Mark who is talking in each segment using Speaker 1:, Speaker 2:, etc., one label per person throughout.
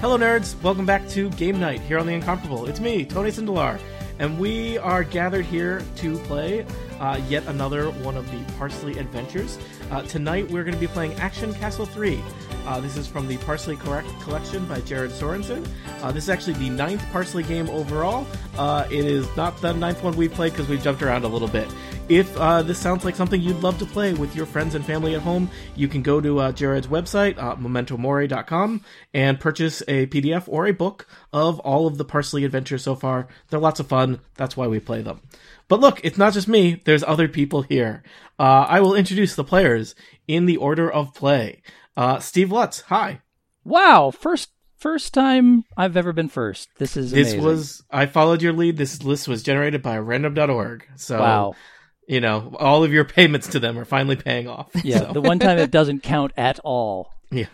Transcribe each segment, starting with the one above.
Speaker 1: Hello, nerds. Welcome back to Game Night here on The Incomparable. It's me, Tony Sindelar, and we are gathered here to play uh, yet another one of the Parsley adventures. Uh, tonight, we're going to be playing Action Castle 3. Uh, this is from the Parsley Correct Collection by Jared Sorensen. Uh, this is actually the ninth Parsley game overall. Uh, it is not the ninth one we've played because we've jumped around a little bit. If uh, this sounds like something you'd love to play with your friends and family at home, you can go to uh, Jared's website, uh, mementomori.com, and purchase a PDF or a book of all of the Parsley adventures so far. They're lots of fun. That's why we play them. But look, it's not just me. There's other people here. Uh, I will introduce the players in the order of play. Uh, Steve Lutz, hi.
Speaker 2: Wow, first first time I've ever been first. This is
Speaker 1: This
Speaker 2: amazing.
Speaker 1: was I followed your lead. This list was generated by random.org. So
Speaker 2: wow.
Speaker 1: you know, all of your payments to them are finally paying off.
Speaker 2: Yeah,
Speaker 1: So,
Speaker 2: the one time it doesn't count at all.
Speaker 1: yeah.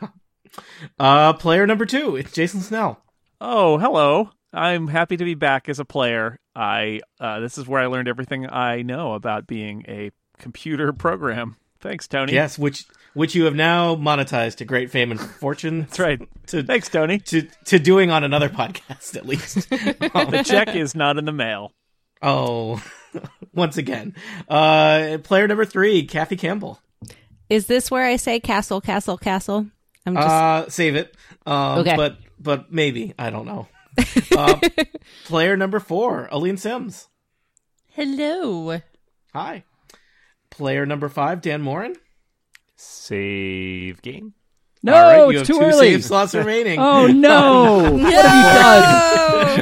Speaker 1: Uh, player number two, it's Jason Snell.
Speaker 3: Oh, hello. I'm happy to be back as a player. I uh, this is where I learned everything I know about being a computer program. Thanks, Tony.
Speaker 1: Yes, which which you have now monetized to great fame and fortune.
Speaker 3: That's right.
Speaker 1: To,
Speaker 3: Thanks, Tony.
Speaker 1: to to doing on another podcast at least.
Speaker 3: The check is not in the mail.
Speaker 1: oh, once again, uh, player number three, Kathy Campbell.
Speaker 4: Is this where I say castle, castle, castle? I'm just
Speaker 1: Uh, save it. Um,
Speaker 4: Okay.
Speaker 1: But but maybe I don't know. uh, player number four, Aline Sims.
Speaker 4: hello.
Speaker 1: Hi. Player number five, Dan Morin.
Speaker 5: Save game.
Speaker 2: No,
Speaker 1: All right, you
Speaker 2: Oh, it's
Speaker 1: have
Speaker 2: too
Speaker 1: two
Speaker 2: early.
Speaker 1: save slots remaining.
Speaker 2: Oh no. what have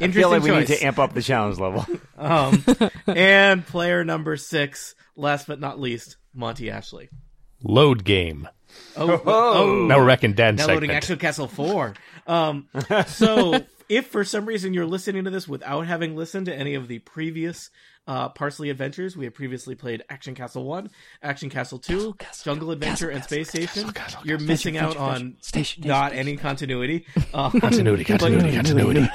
Speaker 1: Interesting
Speaker 5: I feel like we
Speaker 1: choice.
Speaker 5: need to amp up the challenge level.
Speaker 1: um, and player number six, last but not least, Monty Ashley.
Speaker 6: Load game.
Speaker 1: Oh, oh,
Speaker 6: Now we're back in Dan
Speaker 1: now loading
Speaker 6: segment.
Speaker 1: Action Castle Four. Um, so, if for some reason you're listening to this without having listened to any of the previous uh, Parsley Adventures, we have previously played Action Castle One, Action Castle Two, Jungle Adventure, and Space Station. you're missing out on
Speaker 2: Station,
Speaker 1: not any continuity. Uh,
Speaker 6: Continuity, continuity, continuity.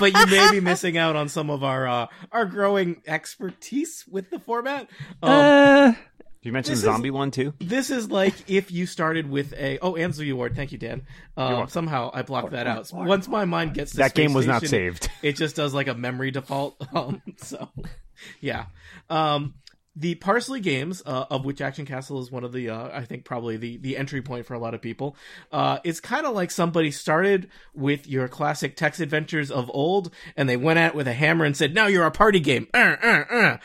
Speaker 1: but you may be missing out on some of our uh, our growing expertise with the format. Um,
Speaker 2: Uh,
Speaker 5: you mention
Speaker 1: This is-
Speaker 5: zombie one too?
Speaker 1: this is like if you started with a oh and Zooey Ward, thank you, Dan. Um, somehow I blocked that out. Once my mind gets to
Speaker 5: That game
Speaker 1: Space
Speaker 5: was not
Speaker 1: Station,
Speaker 5: saved.
Speaker 1: It just does like a memory default. Um, so yeah, um, the Parsley games, uh, of which Action Castle is one of the, uh, I think probably the the entry point for a lot of people. Uh, it's kind of like somebody started with your classic text adventures of old, and they went at it with a hammer and said, "Now you're a party game." Uh, uh, uh.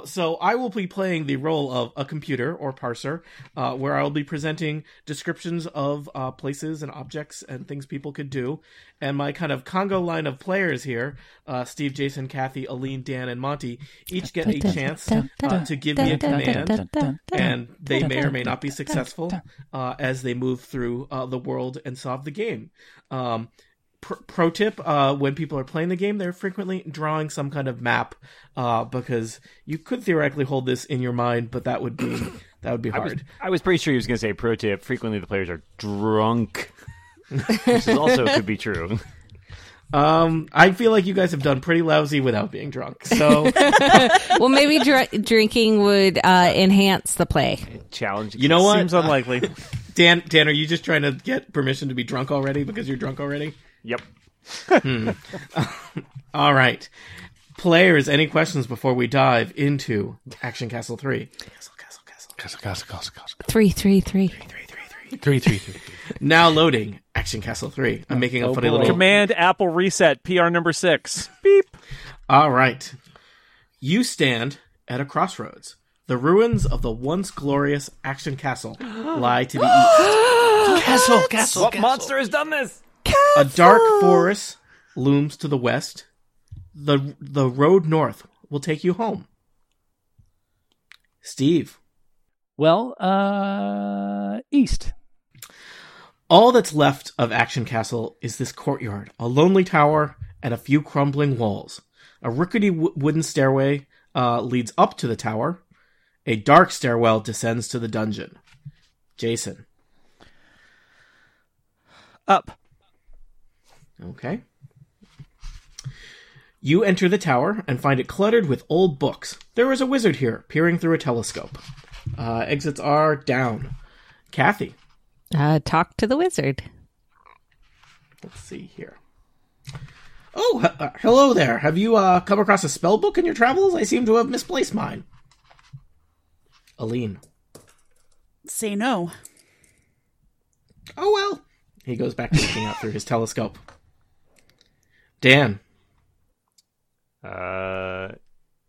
Speaker 1: Uh, so I will be playing the role of a computer or parser, uh, where I will be presenting descriptions of uh, places and objects and things people could do. And my kind of Congo line of players here uh, Steve, Jason, Kathy, Aline, Dan, and Monty each get a chance uh, to give me a command. And they may or may not be successful uh, as they move through uh, the world and solve the game. Um, pr- pro tip uh, when people are playing the game they're frequently drawing some kind of map uh, because you could theoretically hold this in your mind but that would be that would be
Speaker 5: I was,
Speaker 1: hard
Speaker 5: I was pretty sure he was going to say pro tip. Frequently, the players are drunk. Which is also could be true.
Speaker 1: um i feel like you guys have done pretty lousy without being drunk so
Speaker 4: well, maybe dr- drinking would uh, enhance the play.
Speaker 5: Challenge.
Speaker 1: you know what
Speaker 3: Seems unlikely.
Speaker 1: Dan, Dan, are you just trying to get permission to be drunk already because you're drunk already?
Speaker 5: Yep.
Speaker 1: All right. Players, any questions before we dive into Action Castle 3? Castle, Castle, Castle.
Speaker 6: Castle, castle, castle, castle.
Speaker 4: Three, three, three.
Speaker 6: Three, three, three.
Speaker 1: Now loading Action Castle 3. I'm making a funny little.
Speaker 3: Command Apple reset. PR number six. Beep.
Speaker 1: All right. You stand at a crossroads. The ruins of the once glorious Action Castle lie to the east.
Speaker 5: what monster has done this?
Speaker 1: A dark forest looms to the west. The the road north will take you home. Steve,
Speaker 2: well, uh east.
Speaker 1: all that's left of Action Castle is this courtyard, a lonely tower, and a few crumbling walls. A rickety w- wooden stairway uh, leads up to the tower. A dark stairwell descends to the dungeon. Jason.
Speaker 3: Up.
Speaker 1: Okay. You enter the tower and find it cluttered with old books. There is a wizard here, peering through a telescope. Uh, exits are down. Kathy.
Speaker 4: Uh, talk to the wizard.
Speaker 1: Let's see here. Oh, he- uh, hello there. Have you uh, come across a spell book in your travels? I seem to have misplaced mine. Aline.
Speaker 7: Say no.
Speaker 1: Oh well. He goes back to looking out through his telescope. Dan.
Speaker 5: Uh,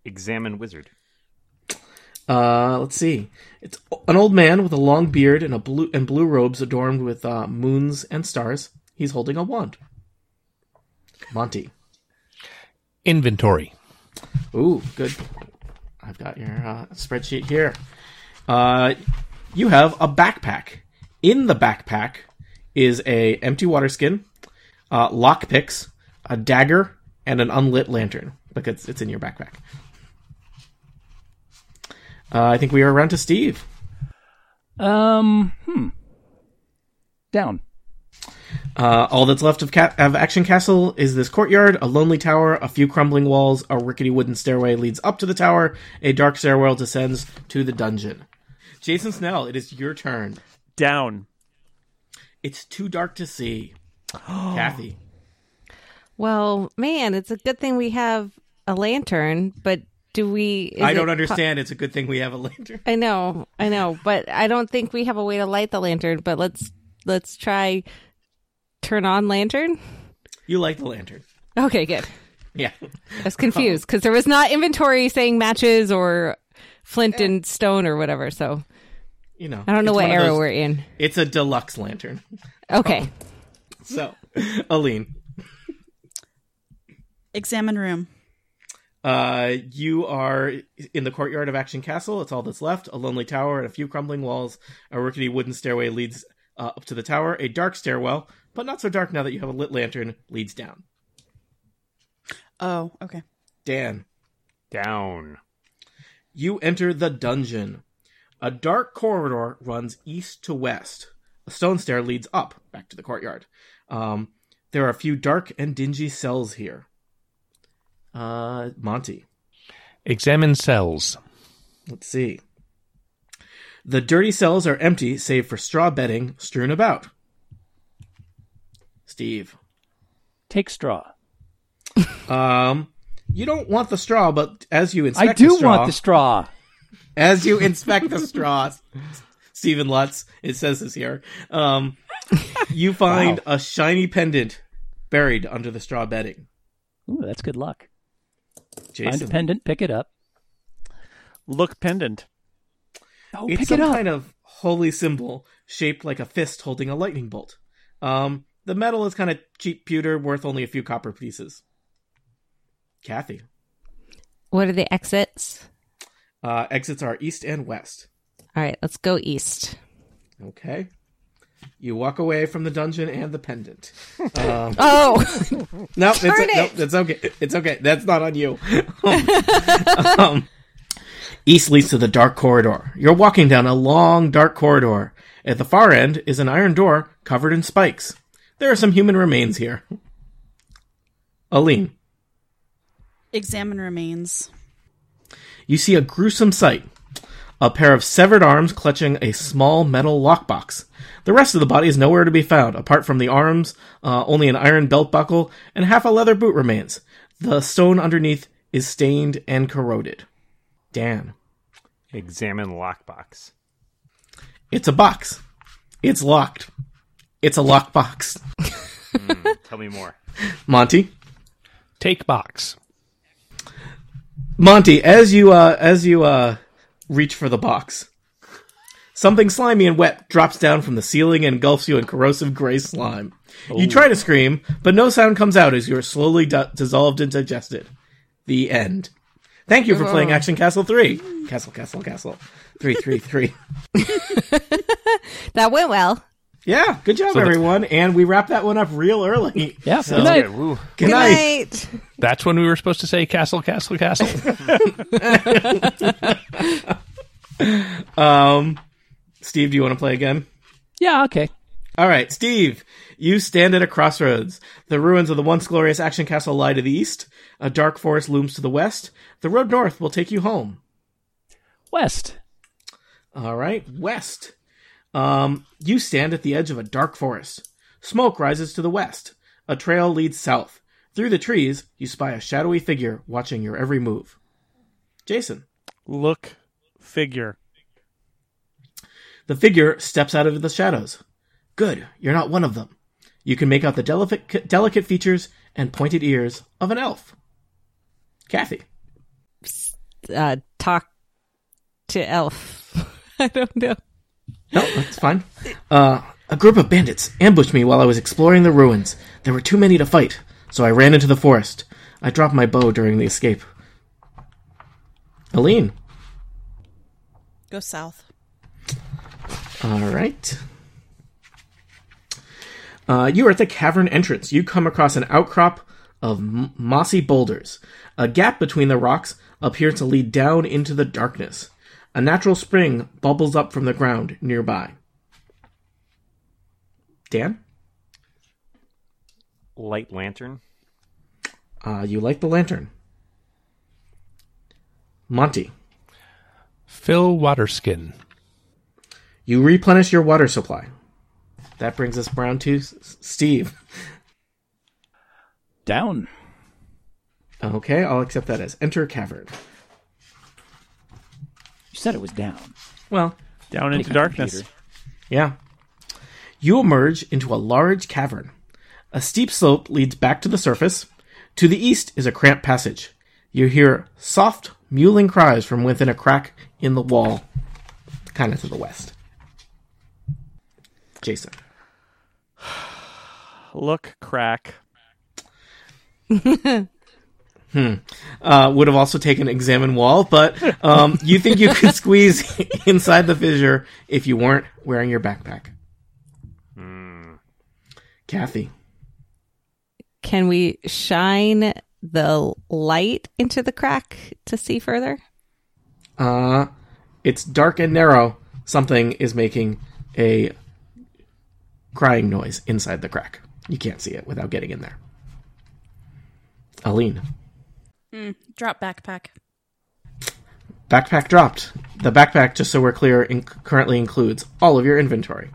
Speaker 5: examine wizard.
Speaker 1: Uh, let's see. It's an old man with a long beard and a blue and blue robes adorned with uh, moons and stars. He's holding a wand. Monty.
Speaker 6: Inventory.
Speaker 1: Ooh, good. I've got your uh, spreadsheet here. Uh, you have a backpack. In the backpack is a empty water skin, uh, lock picks, a dagger, and an unlit lantern because it's in your backpack. Uh, I think we are around to Steve.
Speaker 2: Um, hmm. Down.
Speaker 1: Uh, all that's left of, ca- of Action Castle is this courtyard, a lonely tower, a few crumbling walls, a rickety wooden stairway leads up to the tower, a dark stairwell descends to the dungeon. Jason Snell, it is your turn.
Speaker 3: Down.
Speaker 1: It's too dark to see. Kathy.
Speaker 4: Well, man, it's a good thing we have a lantern, but do we? is
Speaker 1: I don't
Speaker 4: it-
Speaker 1: understand. it's a good thing we have a lantern.
Speaker 4: I know, I know, but I don't think we have a way to light the lantern. But let's let's try turn on lantern.
Speaker 1: You like the lantern.
Speaker 4: Okay, good.
Speaker 1: Yeah.
Speaker 4: I was confused because there was not inventory saying matches or flint and stone or whatever. So
Speaker 1: You know.
Speaker 4: I don't know
Speaker 1: it's
Speaker 4: what
Speaker 1: one of
Speaker 4: era
Speaker 1: those- Oh.
Speaker 4: we're in.
Speaker 1: It's a deluxe lantern.
Speaker 4: Okay,
Speaker 1: So, Aline.
Speaker 7: Examine room.
Speaker 1: Uh, you are in the courtyard of Action Castle. It's all that's left. A lonely tower and a few crumbling walls. A rickety wooden stairway leads uh, up to the tower. A dark stairwell, but not so dark now that you have a lit lantern, leads down.
Speaker 7: Oh, okay.
Speaker 1: Dan,
Speaker 5: Down.
Speaker 1: you enter the dungeon. A dark corridor runs east to west. A stone stair leads up back to the courtyard. Um, there are a few dark and dingy cells here. Uh, Monty.
Speaker 6: Examine cells.
Speaker 1: Let's see. The dirty cells are empty save for straw bedding strewn about. Steve.
Speaker 2: Take straw.
Speaker 1: Um you don't want the straw, but as you inspect
Speaker 2: I do
Speaker 1: the straw,
Speaker 2: want the straw.
Speaker 1: as you inspect the straw, Stephen Lutz, it says this here. Um you find a shiny pendant buried under the straw bedding.
Speaker 2: Ooh, that's good luck. Find a
Speaker 1: Jason.
Speaker 2: pendant, pick it up.
Speaker 3: Look pendant.
Speaker 2: Oh,
Speaker 1: it's
Speaker 2: pick
Speaker 1: some
Speaker 2: it up.
Speaker 1: kind of holy symbol shaped like a fist holding a lightning bolt. Um, the metal is kind of cheap pewter, worth only a few copper pieces. Kathy,
Speaker 4: what are the exits?
Speaker 1: uh, exits are east and west.
Speaker 4: All right, let's go east.
Speaker 1: Okay, you walk away from the dungeon and the pendant. Um,
Speaker 4: Oh,
Speaker 1: no, it's,
Speaker 4: Darn it.
Speaker 1: no, it's okay. It's okay. That's not on you. Um, east leads to the dark corridor. You're walking down a long, dark corridor. At the far end is an iron door covered in spikes. There are some human remains here. Aline,
Speaker 7: Examine remains.
Speaker 1: you see a gruesome sight. A pair of severed arms clutching a small metal lockbox. The rest of the body is nowhere to be found, apart from the arms, uh, only an iron belt buckle, and half a leather boot remains. The stone underneath is stained and corroded. Dan.
Speaker 5: Examine lockbox.
Speaker 1: It's a box. It's locked. It's a locked box.
Speaker 5: Tell me more.
Speaker 1: Monty.
Speaker 6: Take box.
Speaker 1: Monty, as you uh as you uh reach for the box, something slimy and wet drops down from the ceiling and engulfs you in corrosive gray slime. You try to scream, but no sound comes out as you are slowly d- dissolved and digested. The end. Thank you for playing Action Castle 3. Castle, Castle, Castle. 333.
Speaker 4: that went well.
Speaker 1: Yeah, good job, everyone. And we wrap that one up real early.
Speaker 2: Yeah. good night.
Speaker 5: Okay, woo.
Speaker 1: Good, night.
Speaker 4: Right.
Speaker 6: That's when we were supposed to say castle, castle, castle.
Speaker 1: Um, Steve, do you want to play again?
Speaker 2: Yeah. Okay.
Speaker 1: All right, Steve, you stand at a crossroads. The ruins of the once glorious action castle lie to the east. A dark forest looms to the west. The road north will take you home.
Speaker 2: West.
Speaker 1: All right, west. Um, you stand at the edge of a dark forest. Smoke rises to the west. A trail leads south. Through the trees, you spy a shadowy figure watching your every move. Jason.
Speaker 3: Look, figure.
Speaker 1: The figure steps out of the shadows. Good, you're not one of them. You can make out the delicate, delicate features and pointed ears of an elf. Kathy.
Speaker 4: Uh, talk to elf. I don't know.
Speaker 1: No, that's fine. Uh, a group of bandits ambushed me while I was exploring the ruins. There were too many to fight, so I ran into the forest. I dropped my bow during the escape. Aline.
Speaker 7: Go south.
Speaker 1: All right. Uh, you are at the cavern entrance. You come across an outcrop of m- mossy boulders. A gap between the rocks appears to lead down into the darkness. A natural spring bubbles up from the ground nearby. Dan,
Speaker 5: Light lantern.
Speaker 1: uh, you light the lantern. Monty,
Speaker 6: Phil Waterskin.
Speaker 1: you replenish your water supply. That brings us round to S- S- Steve.
Speaker 2: Down.
Speaker 1: Okay, I'll accept that as enter cavern.
Speaker 2: You said it was down.
Speaker 1: Well,
Speaker 3: Down into darkness.
Speaker 1: Yeah. You emerge into a large cavern. A steep slope leads back to the surface. To the east is a cramped passage. You hear soft, mewling cries from within a crack in the wall, kind of to the west. Jason.
Speaker 3: Look, crack.
Speaker 1: Uh, would have also taken examine wall, but um, you think you could squeeze inside the fissure if you weren't wearing your backpack. Kathy.
Speaker 4: Can we shine the light into the crack to see further?
Speaker 1: Uh, it's dark and narrow. Something is making a crying noise inside the crack. You can't see it without getting in there. Aline.
Speaker 7: Drop backpack.
Speaker 1: Backpack dropped. The backpack, just so we're clear, in- currently includes all of your inventory.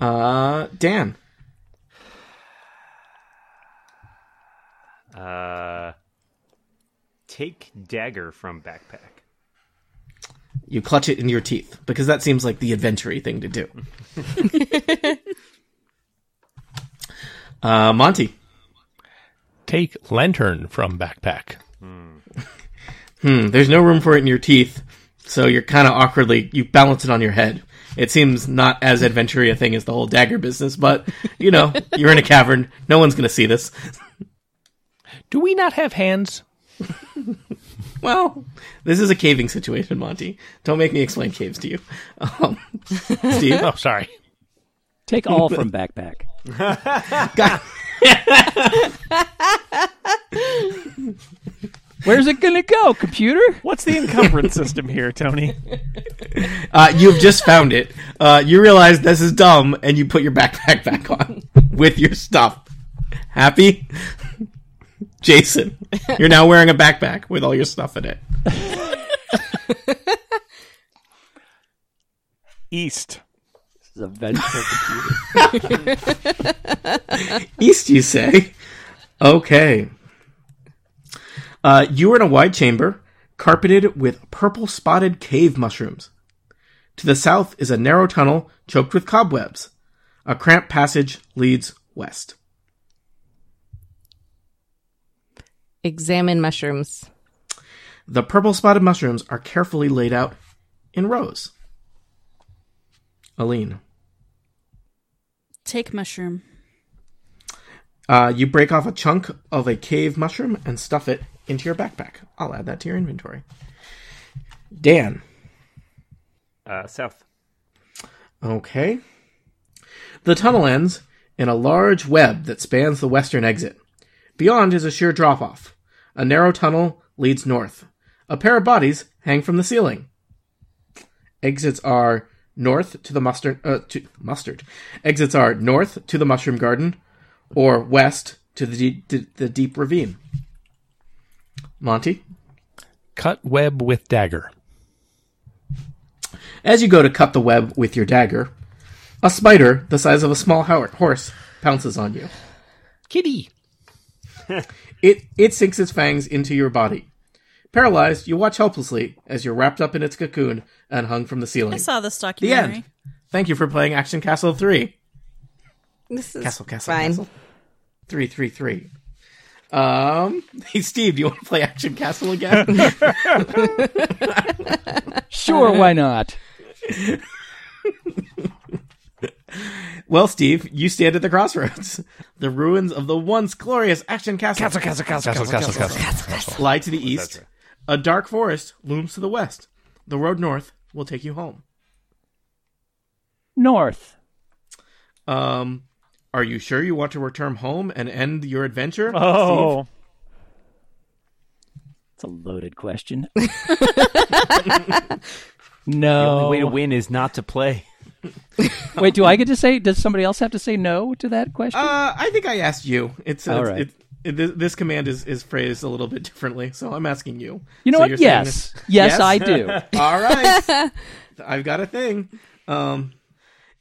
Speaker 1: Uh, Dan.
Speaker 5: Uh, take dagger from backpack.
Speaker 1: You clutch it in your teeth because that seems like the adventure thing to do. uh, Monty.
Speaker 6: Take lantern from backpack.
Speaker 1: Hmm, there's no room for it in your teeth, so you're kind of awkwardly you balance it on your head. It seems not as adventure a thing as the whole dagger business, but you know you're in a cavern. No one's gonna see this.
Speaker 6: Do we not have hands?
Speaker 1: Well, this is a caving situation, Monty. Don't make me explain caves to you, um, Steve.
Speaker 6: Oh, sorry.
Speaker 2: Take all from backpack.
Speaker 1: God.
Speaker 2: Where's it gonna go, computer?
Speaker 3: What's the encumbrance system here, Tony?
Speaker 1: Uh, you've just found it. Uh, you realize this is dumb, and you put your backpack back on with your stuff. Happy, Jason. You're now wearing a backpack with all your stuff in it.
Speaker 3: East.
Speaker 2: This is a vengeful computer.
Speaker 1: East, you say? Okay. Uh, you are in a wide chamber carpeted with purple spotted cave mushrooms. To the south is a narrow tunnel choked with cobwebs. A cramped passage leads west.
Speaker 4: Examine mushrooms.
Speaker 1: The purple spotted mushrooms are carefully laid out in rows. Aline,
Speaker 7: Take mushroom.
Speaker 1: uh, you break off a chunk of a cave mushroom and stuff it into your backpack. I'll add that to your inventory. Dan.
Speaker 5: Uh, south.
Speaker 1: Okay. The tunnel ends in a large web that spans the western exit. Beyond is a sheer drop off. A narrow tunnel leads north. A pair of bodies hang from the ceiling. Exits are north to the mustard uh, to mustard. Exits are north to the mushroom garden or west to the de- de- the deep ravine. Monty,
Speaker 6: Cut web with dagger.
Speaker 1: As you go to cut the web with your dagger, a spider the size of a small ho- horse pounces on you.
Speaker 6: Kitty.
Speaker 1: It it sinks its fangs into your body. Paralyzed, you watch helplessly as you're wrapped up in its cocoon and hung from the
Speaker 7: I
Speaker 1: ceiling.
Speaker 7: saw this
Speaker 1: The
Speaker 7: documentary.
Speaker 1: end. Thank you for playing Action Castle 3.
Speaker 4: This is
Speaker 1: Castle, castle,
Speaker 4: fine.
Speaker 1: castle. 333. Um, hey Steve, do you want to play Action Castle again?
Speaker 2: Sure, why not?
Speaker 1: well, Steve, you stand at the crossroads. The ruins of the once glorious Action Castle,
Speaker 3: castle,
Speaker 6: Castle, castle, castle.
Speaker 1: lie to the east. A dark forest looms to the west. The road north will take you home.
Speaker 2: North.
Speaker 1: Um, are you sure you want to return home and end your adventure? Steve?
Speaker 3: Oh,
Speaker 2: It's a loaded question.
Speaker 5: The
Speaker 2: no.
Speaker 6: Oh.
Speaker 5: only way to win is not to play.
Speaker 2: Wait, do I get to say? Does somebody else have to say no to that question?
Speaker 1: Uh, I think I asked you. It's,
Speaker 2: All
Speaker 1: it's-
Speaker 2: right.
Speaker 1: it- it- this- this command is, is phrased a little bit differently, so I'm asking you.
Speaker 2: you know
Speaker 1: So you're
Speaker 2: what?
Speaker 1: saying
Speaker 2: Yes. yes, I do.
Speaker 1: All right. I've got a thing. Um,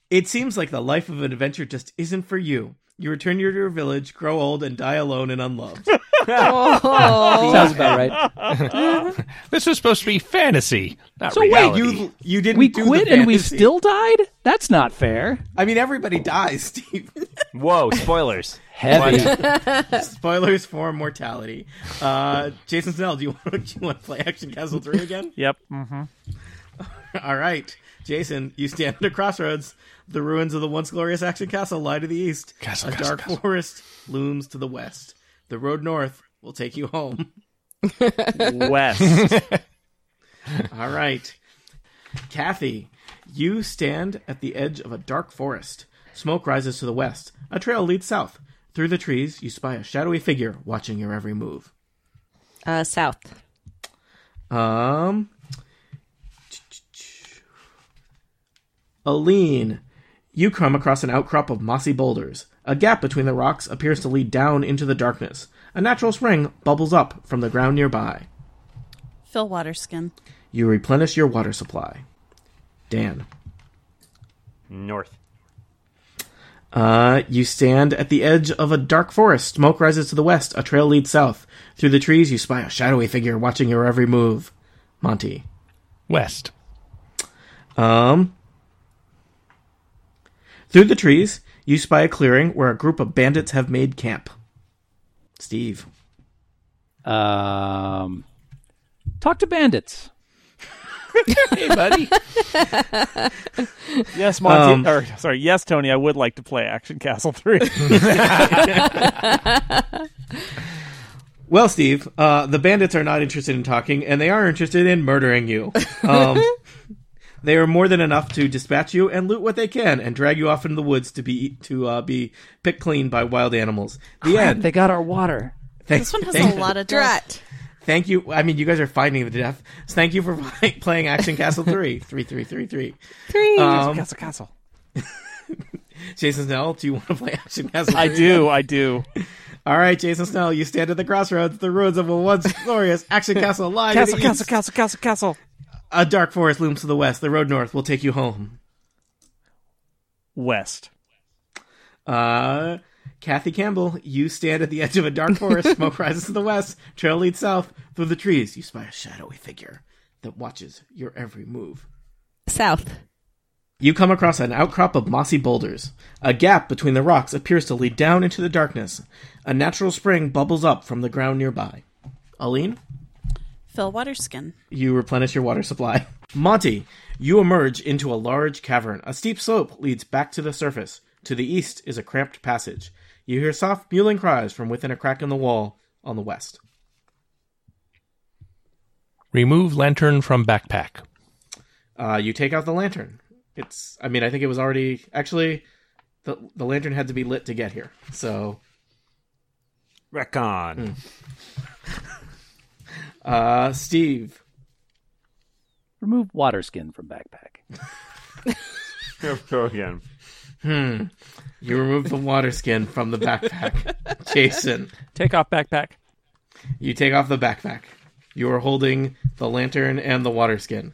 Speaker 1: it seems like the life of an adventure just isn't for you. You return to your village, grow old, and die alone and unloved.
Speaker 4: Oh,
Speaker 2: Sounds about right.
Speaker 6: This was supposed to be fantasy, not
Speaker 2: So wait,
Speaker 6: reality.
Speaker 1: you you didn't.
Speaker 2: We
Speaker 1: do the
Speaker 2: quit and we
Speaker 1: fantasy.
Speaker 2: still died. That's not fair.
Speaker 1: I mean, everybody dies, Steve.
Speaker 5: Whoa, spoilers.
Speaker 2: Heavy.
Speaker 1: Spoilers for mortality. Uh, Jason Snell, do you want do you want to play Action Castle Three again?
Speaker 3: yep. Mm-hmm.
Speaker 1: All right, Jason, you stand at a crossroads. The ruins of the once glorious Action Castle lie to the east.
Speaker 6: Castle,
Speaker 1: a
Speaker 6: castle,
Speaker 1: dark
Speaker 6: castle.
Speaker 1: forest looms to the west. The road north will take you home.
Speaker 3: West.
Speaker 1: All right, Kathy, you stand at the edge of a dark forest. Smoke rises to the west. A trail leads south. Through the trees, you spy a shadowy figure watching your every move.
Speaker 4: uh, south.
Speaker 1: Um, Aline, you come across an outcrop of mossy boulders. A gap between the rocks appears to lead down into the darkness. A natural spring bubbles up from the ground nearby.
Speaker 7: Phil Waterskin.
Speaker 1: You replenish your water supply. Dan,
Speaker 5: North.
Speaker 1: uh, you stand at the edge of a dark forest. Smoke rises to the west. A trail leads south. Through the trees, you spy a shadowy figure watching your every move. Monty.
Speaker 6: West.
Speaker 1: Um, through the trees, you spy a clearing where a group of bandits have made camp. Steve.
Speaker 2: Um, talk to bandits.
Speaker 6: Hey, buddy.
Speaker 3: yes, Monty. or, sorry. Yes, Tony. I would like to play Action Castle Three.
Speaker 1: Well, Steve, uh, the bandits are not interested in talking, and they are interested in murdering you. Um, they are more than enough to dispatch you and loot what they can, and drag you off into the woods to be to uh, be picked clean by wild animals. The end.
Speaker 2: They got our water.
Speaker 1: Thank-
Speaker 7: This one has
Speaker 1: thank-
Speaker 7: a lot of death.
Speaker 4: Drat.
Speaker 1: Thank you. I mean, you guys are finding the death. Thank you for playing Action Castle three three three three three. Um,
Speaker 4: Three.
Speaker 1: Uh,
Speaker 3: castle, castle.
Speaker 1: Jason Snell, do you want to play Action Castle?
Speaker 3: I
Speaker 1: three?
Speaker 3: do. I do.
Speaker 1: All right, Jason Snell, you stand at the crossroads, the ruins of a once glorious Action Castle lie. to the
Speaker 3: Castle, castle,
Speaker 1: east.
Speaker 3: castle, castle, castle.
Speaker 1: A dark forest looms to the west. The road north will take you home.
Speaker 3: West.
Speaker 1: Uh, Kathy Campbell, you stand at the edge of a dark forest. Smoke rises to the west. Trail leads south. Through the trees, you spy a shadowy figure that watches your every move.
Speaker 4: South.
Speaker 1: You come across an outcrop of mossy boulders. A gap between the rocks appears to lead down into the darkness. A natural spring bubbles up from the ground nearby. Aline?
Speaker 7: Phil Waterskin.
Speaker 1: you replenish your water supply. Monty, you emerge into a large cavern. A steep slope leads back to the surface. To the east is a cramped passage. You hear soft mewling cries from within a crack in the wall on the west.
Speaker 6: Remove lantern from backpack.
Speaker 1: Uh, you take out the lantern. It's, I mean, I think it was already, actually, the, the lantern had to be lit to get here. So,
Speaker 5: Recon.
Speaker 1: uh, Steve,
Speaker 2: Remove water skin from backpack.
Speaker 5: Go again.
Speaker 1: you remove the water skin from the backpack. Jason,
Speaker 3: Take off backpack.
Speaker 1: you take off the backpack. You are holding the lantern and the water skin.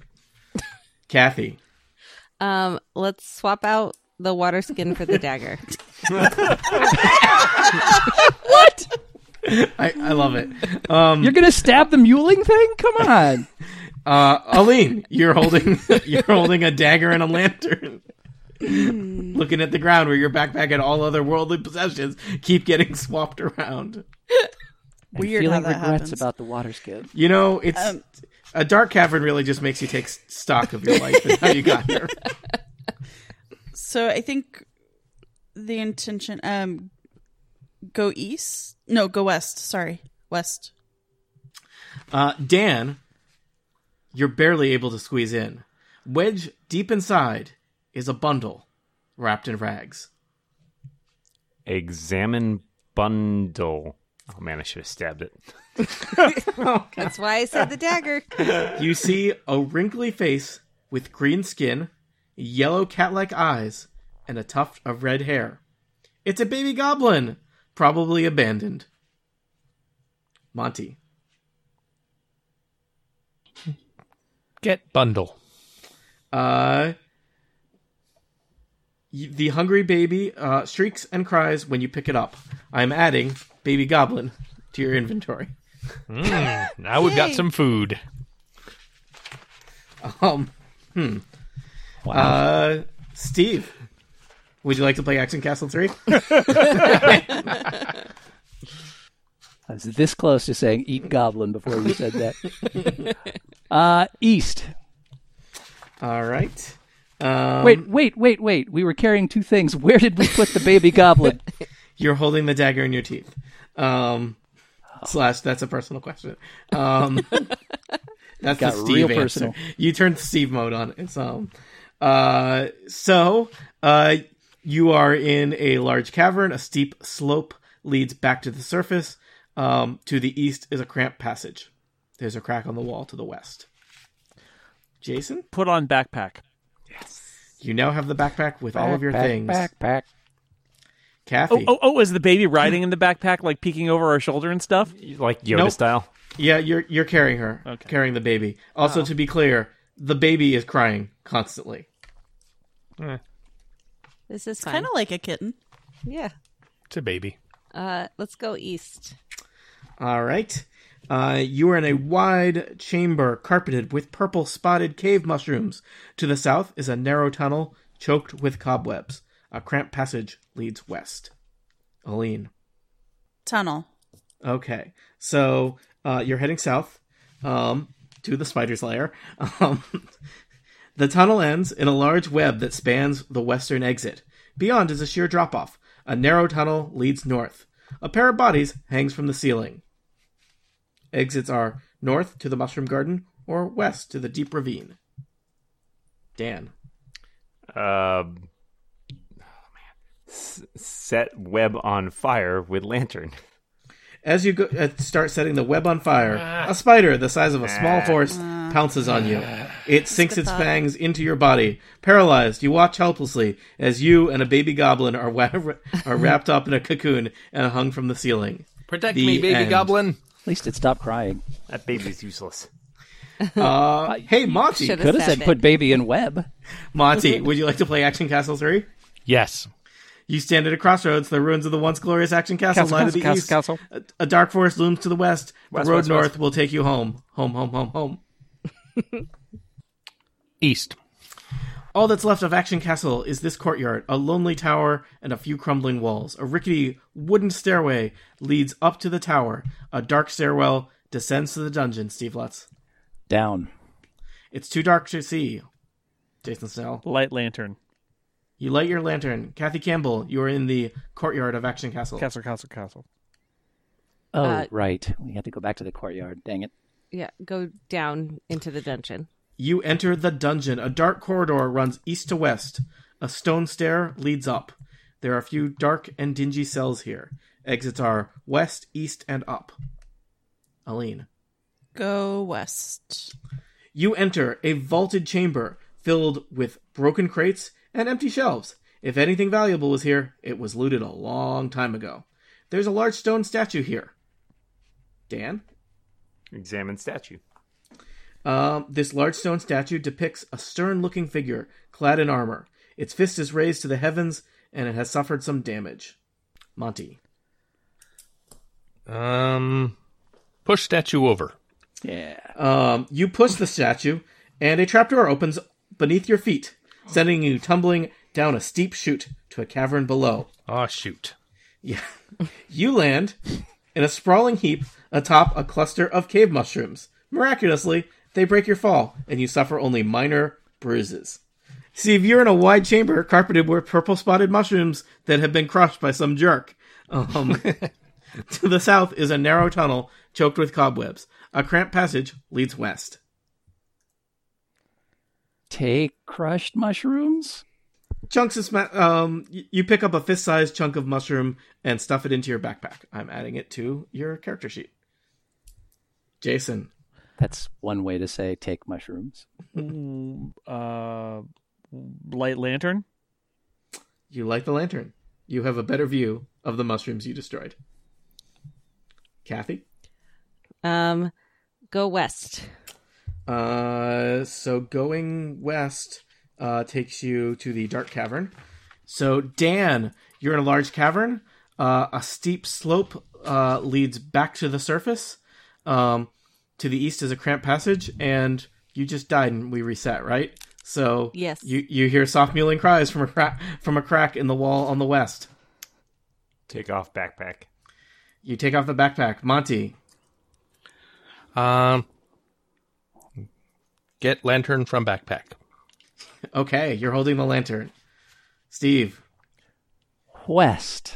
Speaker 1: Kathy,
Speaker 4: Um, let's swap out the water skin for the dagger.
Speaker 2: What?
Speaker 1: I, I love it. Um,
Speaker 2: You're gonna stab the muling thing? Come on.
Speaker 1: uh, Aline, you're holding you're holding a dagger and a lantern, looking at the ground where your backpack and all other worldly possessions keep getting swapped around.
Speaker 2: And
Speaker 7: Weird how
Speaker 2: feeling
Speaker 7: that
Speaker 2: regrets
Speaker 7: happens.
Speaker 2: about the water skid.
Speaker 1: You know, it's
Speaker 7: Um.
Speaker 1: a dark cavern. Really, just makes you take s- stock of your life and how you got here.
Speaker 7: So I think the intention um go east. No, go west. Sorry. West.
Speaker 1: Uh, Dan, you're barely able to squeeze in. Wedge deep inside is a bundle wrapped in rags.
Speaker 5: Examine bundle. Oh man, I should have stabbed it.
Speaker 4: That's why I said the dagger.
Speaker 1: You see a wrinkly face with green skin, yellow cat like eyes, and a tuft of red hair. It's a baby goblin, probably abandoned. Monty.
Speaker 6: Get bundle.
Speaker 1: Uh, y- the hungry baby uh, shrieks and cries when you pick it up. I'm adding baby goblin to your inventory.
Speaker 6: Now we've got some food.
Speaker 1: Um, hmm. Uh, Steve, would you like to play Action Castle 3?
Speaker 2: I was this close to saying eat goblin before you said that. uh, east.
Speaker 1: All right. Um,
Speaker 2: Wait, wait, wait, wait. We were carrying two things. Where did we put the baby goblin?
Speaker 1: You're holding the dagger in your teeth. Um, Slash, that's a personal question. Um, that's
Speaker 2: Got
Speaker 1: the
Speaker 2: real
Speaker 1: Steve
Speaker 2: personal.
Speaker 1: answer. You turned Steve mode on. It's um, uh, so uh, you are in a large cavern. A steep slope leads back to the surface. Um, to the east is a cramped passage. There's a crack on the wall to the west. Jason,
Speaker 3: Put on backpack.
Speaker 1: you now have the backpack with all of your
Speaker 2: Backpack,
Speaker 1: things.
Speaker 2: Backpack.
Speaker 1: Kathy,
Speaker 3: Oh, oh, oh! Is the baby riding in the backpack, like peeking over our shoulder and stuff?
Speaker 5: Like Yoda
Speaker 1: Nope.
Speaker 5: style.
Speaker 1: Yeah, you're you're carrying her, carrying the baby. Also, to be clear, the baby is crying constantly.
Speaker 4: This is fun.
Speaker 7: Kind of like a kitten.
Speaker 4: yeah.
Speaker 6: It's a baby.
Speaker 4: Uh, let's go east.
Speaker 1: All right, uh, you are in a wide chamber carpeted with purple spotted cave mushrooms. To the south is a narrow tunnel choked with cobwebs. A cramped passage leads west. Aline.
Speaker 7: Tunnel.
Speaker 1: Okay, so uh, you're heading south um, to the spider's lair. Um, the tunnel ends in a large web that spans the western exit. Beyond is a sheer drop off. A narrow tunnel leads north. A pair of bodies hangs from the ceiling. Exits are north to the mushroom garden or west to the deep ravine. Dan.
Speaker 5: Um, oh man, S- set web on fire with lantern.
Speaker 1: As you go, uh, start setting the web on fire,
Speaker 3: Ah.
Speaker 1: a spider the size of a small horse pounces on you.
Speaker 3: Ah.
Speaker 1: It sinks its fangs into your body. Paralyzed, you watch helplessly as you and a baby goblin are, wa- are wrapped up in a cocoon and hung from the ceiling.
Speaker 6: Protect
Speaker 1: The
Speaker 6: me, baby
Speaker 1: end.
Speaker 6: goblin.
Speaker 2: At least it stopped crying.
Speaker 5: That baby's useless.
Speaker 1: Uh, Hey, Monty!
Speaker 4: Should've
Speaker 2: Could have said
Speaker 4: it.
Speaker 2: put baby in web.
Speaker 1: Monty, would you like to play Action Castle 3?
Speaker 6: Yes.
Speaker 1: You stand at a crossroads. The ruins of the once glorious Action Castle
Speaker 3: Castle,
Speaker 1: lie to
Speaker 3: castle,
Speaker 1: the
Speaker 3: castle,
Speaker 1: east.
Speaker 3: castle.
Speaker 1: A, a dark forest looms to the west.
Speaker 3: West,
Speaker 1: the road
Speaker 3: west,
Speaker 1: north
Speaker 3: west.
Speaker 1: will take you home. Home, home, home, home.
Speaker 6: East.
Speaker 1: All that's left of Action Castle is this courtyard, a lonely tower, and a few crumbling walls. A rickety wooden stairway leads up to the tower. A dark stairwell descends to the dungeon, Steve Lutz.
Speaker 2: Down.
Speaker 1: It's too dark to see. Jason Snell.
Speaker 3: Light lantern.
Speaker 1: You light your lantern. Kathy Campbell, you are in the courtyard of Action Castle.
Speaker 3: Castle, castle, castle.
Speaker 2: Oh,
Speaker 4: Uh,
Speaker 2: right. We had to go back to the courtyard. Dang it.
Speaker 4: Yeah, go down into the dungeon.
Speaker 1: You enter the dungeon. A dark corridor runs east to west. A stone stair leads up. There are a few dark and dingy cells here. Exits are west, east, and up. Aline.
Speaker 7: Go west.
Speaker 1: You enter a vaulted chamber filled with broken crates and empty shelves. If anything valuable was here, it was looted a long time ago. There's a large stone statue here. Dan?
Speaker 5: Examine statue.
Speaker 1: Um, this large stone statue depicts a stern looking figure clad in armor. Its fist is raised to the heavens and it has suffered some damage. Monty.
Speaker 6: Um, push statue over.
Speaker 1: Um, you push the statue, and a trapdoor opens beneath your feet, sending you tumbling down a steep chute to a cavern below.
Speaker 6: Ah, shoot.
Speaker 1: Yeah. You land in a sprawling heap atop a cluster of cave mushrooms. Miraculously, they break your fall, and you suffer only minor bruises. See, if you're in a wide chamber carpeted with purple spotted mushrooms that have been crushed by some jerk, um, to the south is a narrow tunnel choked with cobwebs. A cramped passage leads west.
Speaker 2: Take crushed mushrooms?
Speaker 1: Chunks of sma- um, y- you pick up a fist-sized chunk of mushroom and stuff it into your backpack. I'm adding it to your character sheet. Jason,
Speaker 2: That's one way to say take mushrooms.
Speaker 3: Mm, uh, light lantern.
Speaker 1: You light the lantern. You have a better view of the mushrooms you destroyed. Kathy?
Speaker 4: Um, go west.
Speaker 1: Uh, so going west uh, takes you to the dark cavern. So Dan, you're in a large cavern. Uh, a steep slope uh, leads back to the surface. Um, to the east is a cramped passage, and you just died, and we reset, right? So
Speaker 4: Yes.
Speaker 1: you you hear soft mewling cries from a crack from a crack in the wall on the west.
Speaker 5: Take off backpack.
Speaker 1: You take off the backpack, Monty.
Speaker 6: Um, get lantern from backpack.
Speaker 1: Okay, you're holding the lantern. Steve,
Speaker 2: West.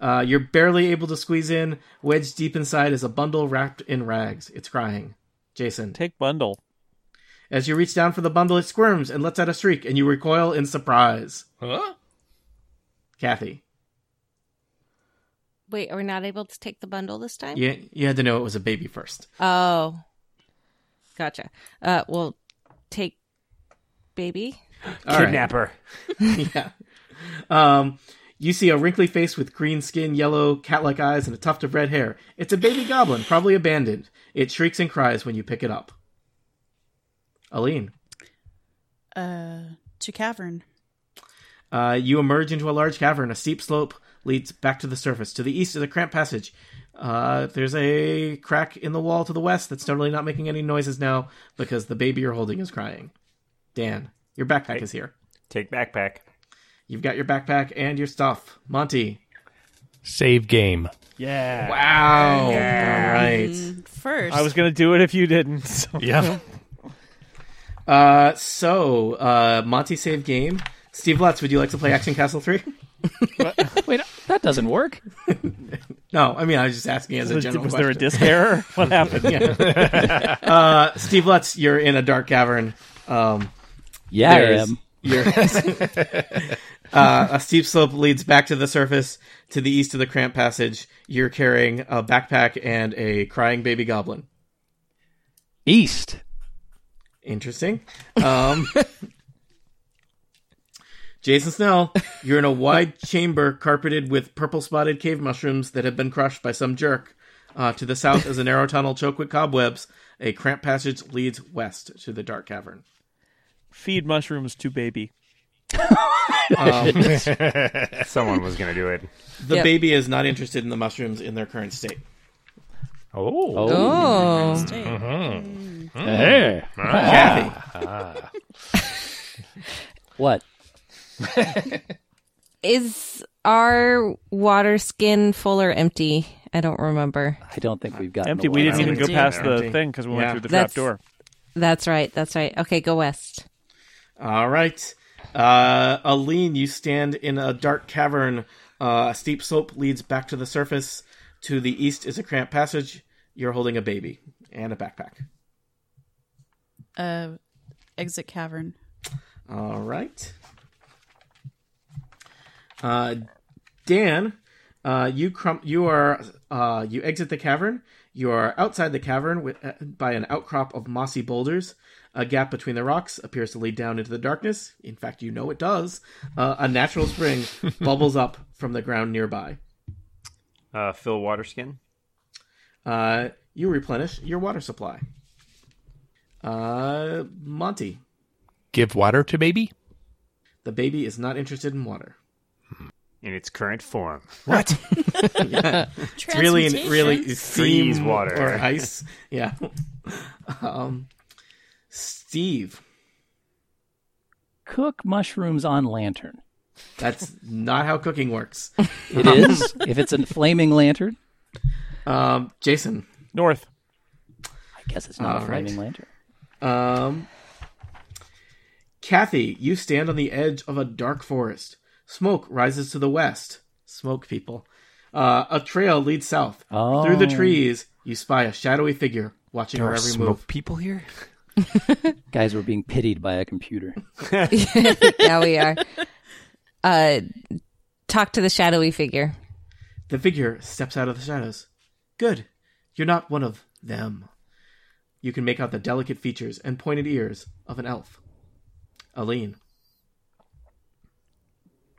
Speaker 1: uh, you're barely able to squeeze in. Wedged deep inside is a bundle wrapped in rags. It's crying. Jason,
Speaker 3: Take bundle.
Speaker 1: as you reach down for the bundle, it squirms and lets out a shriek, and you recoil in surprise.
Speaker 6: Huh?
Speaker 1: Kathy,
Speaker 4: Wait, are we not able to take the bundle this time?
Speaker 1: you, you had to know it was a baby first.
Speaker 4: Oh, gotcha. Uh, well, take baby.
Speaker 1: All right.
Speaker 5: Kidnapper.
Speaker 1: yeah. Um, you see a wrinkly face with green skin, yellow cat-like eyes, and a tuft of red hair. It's a baby goblin, probably abandoned. It shrieks and cries when you pick it up. Aline.
Speaker 7: Uh, to cavern.
Speaker 1: Uh, you emerge into a large cavern. A steep slope leads back to the surface. To the east is a cramped passage. Uh, there's a crack in the wall to the west that's totally not making any noises now because the baby you're holding is crying. Dan, your backpack is here.
Speaker 5: Take backpack.
Speaker 1: You've got your backpack and your stuff. Monty.
Speaker 6: Save game.
Speaker 3: Yeah.
Speaker 1: Wow. All right.
Speaker 7: Mm, First,
Speaker 3: I was gonna do it if you didn't. so-
Speaker 6: Yeah.
Speaker 1: Uh, so, uh, Monty save game. Steve Lutz, would you like to play Action Castle 3?
Speaker 2: Wait, that doesn't work.
Speaker 1: No, I mean, I was just asking as a
Speaker 3: Was,
Speaker 1: general
Speaker 3: was
Speaker 1: question.
Speaker 3: there a disc error? What happened?
Speaker 1: uh, Steve Lutz, you're in a dark cavern. Um,
Speaker 2: Yeah, I
Speaker 1: There's-
Speaker 2: am.
Speaker 1: You're, uh, a steep slope leads back to the surface. To the east of the cramped passage, you're carrying a backpack and a crying baby goblin.
Speaker 2: East.
Speaker 1: Interesting. Um, Jason Snell, you're in a wide chamber carpeted with purple spotted cave mushrooms that have been crushed by some jerk. Uh, to the south is a narrow tunnel choked with cobwebs. A cramped passage leads west to the dark cavern.
Speaker 3: Feed mushrooms to baby.
Speaker 5: Someone was gonna do it.
Speaker 1: The
Speaker 4: Yep.
Speaker 1: baby is not interested in the mushrooms in their current state.
Speaker 6: Oh.
Speaker 2: Oh,
Speaker 4: Oh,
Speaker 2: hey.
Speaker 1: Kathy.
Speaker 2: What?
Speaker 4: is our water skin full or empty? I don't remember.
Speaker 2: I don't think we've gotten
Speaker 3: Empty.
Speaker 2: the
Speaker 3: We
Speaker 2: one.
Speaker 3: didn't even go
Speaker 7: Empty.
Speaker 3: past the
Speaker 1: Empty.
Speaker 3: thing because we went
Speaker 1: Yeah.
Speaker 3: through the
Speaker 4: That's-
Speaker 3: trap door.
Speaker 4: That's right. That's right. Okay, go west.
Speaker 1: All right. Uh, Aline, you stand in a dark cavern. Uh, a steep slope leads back to the surface. To the east is a cramped passage. You're holding a baby and a backpack.
Speaker 7: uh, exit cavern.
Speaker 1: All right. Uh, Dan, uh, you crum- you are uh, you exit the cavern. You are outside the cavern with, uh, by an outcrop of mossy boulders. A gap between the rocks appears to lead down into the darkness. In fact, you know it does. Uh, a natural spring bubbles up from the ground nearby.
Speaker 5: Uh, fill water skin.
Speaker 1: Uh, you replenish your water supply. Uh, Monty,
Speaker 6: Give water to baby.
Speaker 1: the baby is not interested in water.
Speaker 5: in its current form. What?
Speaker 1: It's really,
Speaker 7: Transmutation.
Speaker 1: really
Speaker 5: Freeze
Speaker 1: steam
Speaker 5: water.
Speaker 1: or ice. Yeah. Um, Steve,
Speaker 2: Cook mushrooms on lantern.
Speaker 1: that's not how cooking works.
Speaker 2: It is. if it's a flaming lantern,
Speaker 1: Um, Jason,
Speaker 3: North.
Speaker 2: I guess it's not
Speaker 1: All
Speaker 2: a
Speaker 1: right.
Speaker 2: flaming lantern.
Speaker 1: Um, Kathy, you stand on the edge of a dark forest. Smoke rises to the west. Smoke people. Uh, a trail leads south.
Speaker 2: Oh.
Speaker 1: Through the trees, you spy a shadowy figure watching
Speaker 5: There
Speaker 1: her
Speaker 5: are
Speaker 1: every
Speaker 5: smoke
Speaker 1: move.
Speaker 5: people here.
Speaker 2: Guys, we're being pitied by a computer.
Speaker 4: yeah, we are. Uh, talk to the shadowy figure.
Speaker 1: The figure steps out of the shadows. Good. You're not one of them. You can make out the delicate features and pointed ears of an elf. Aline.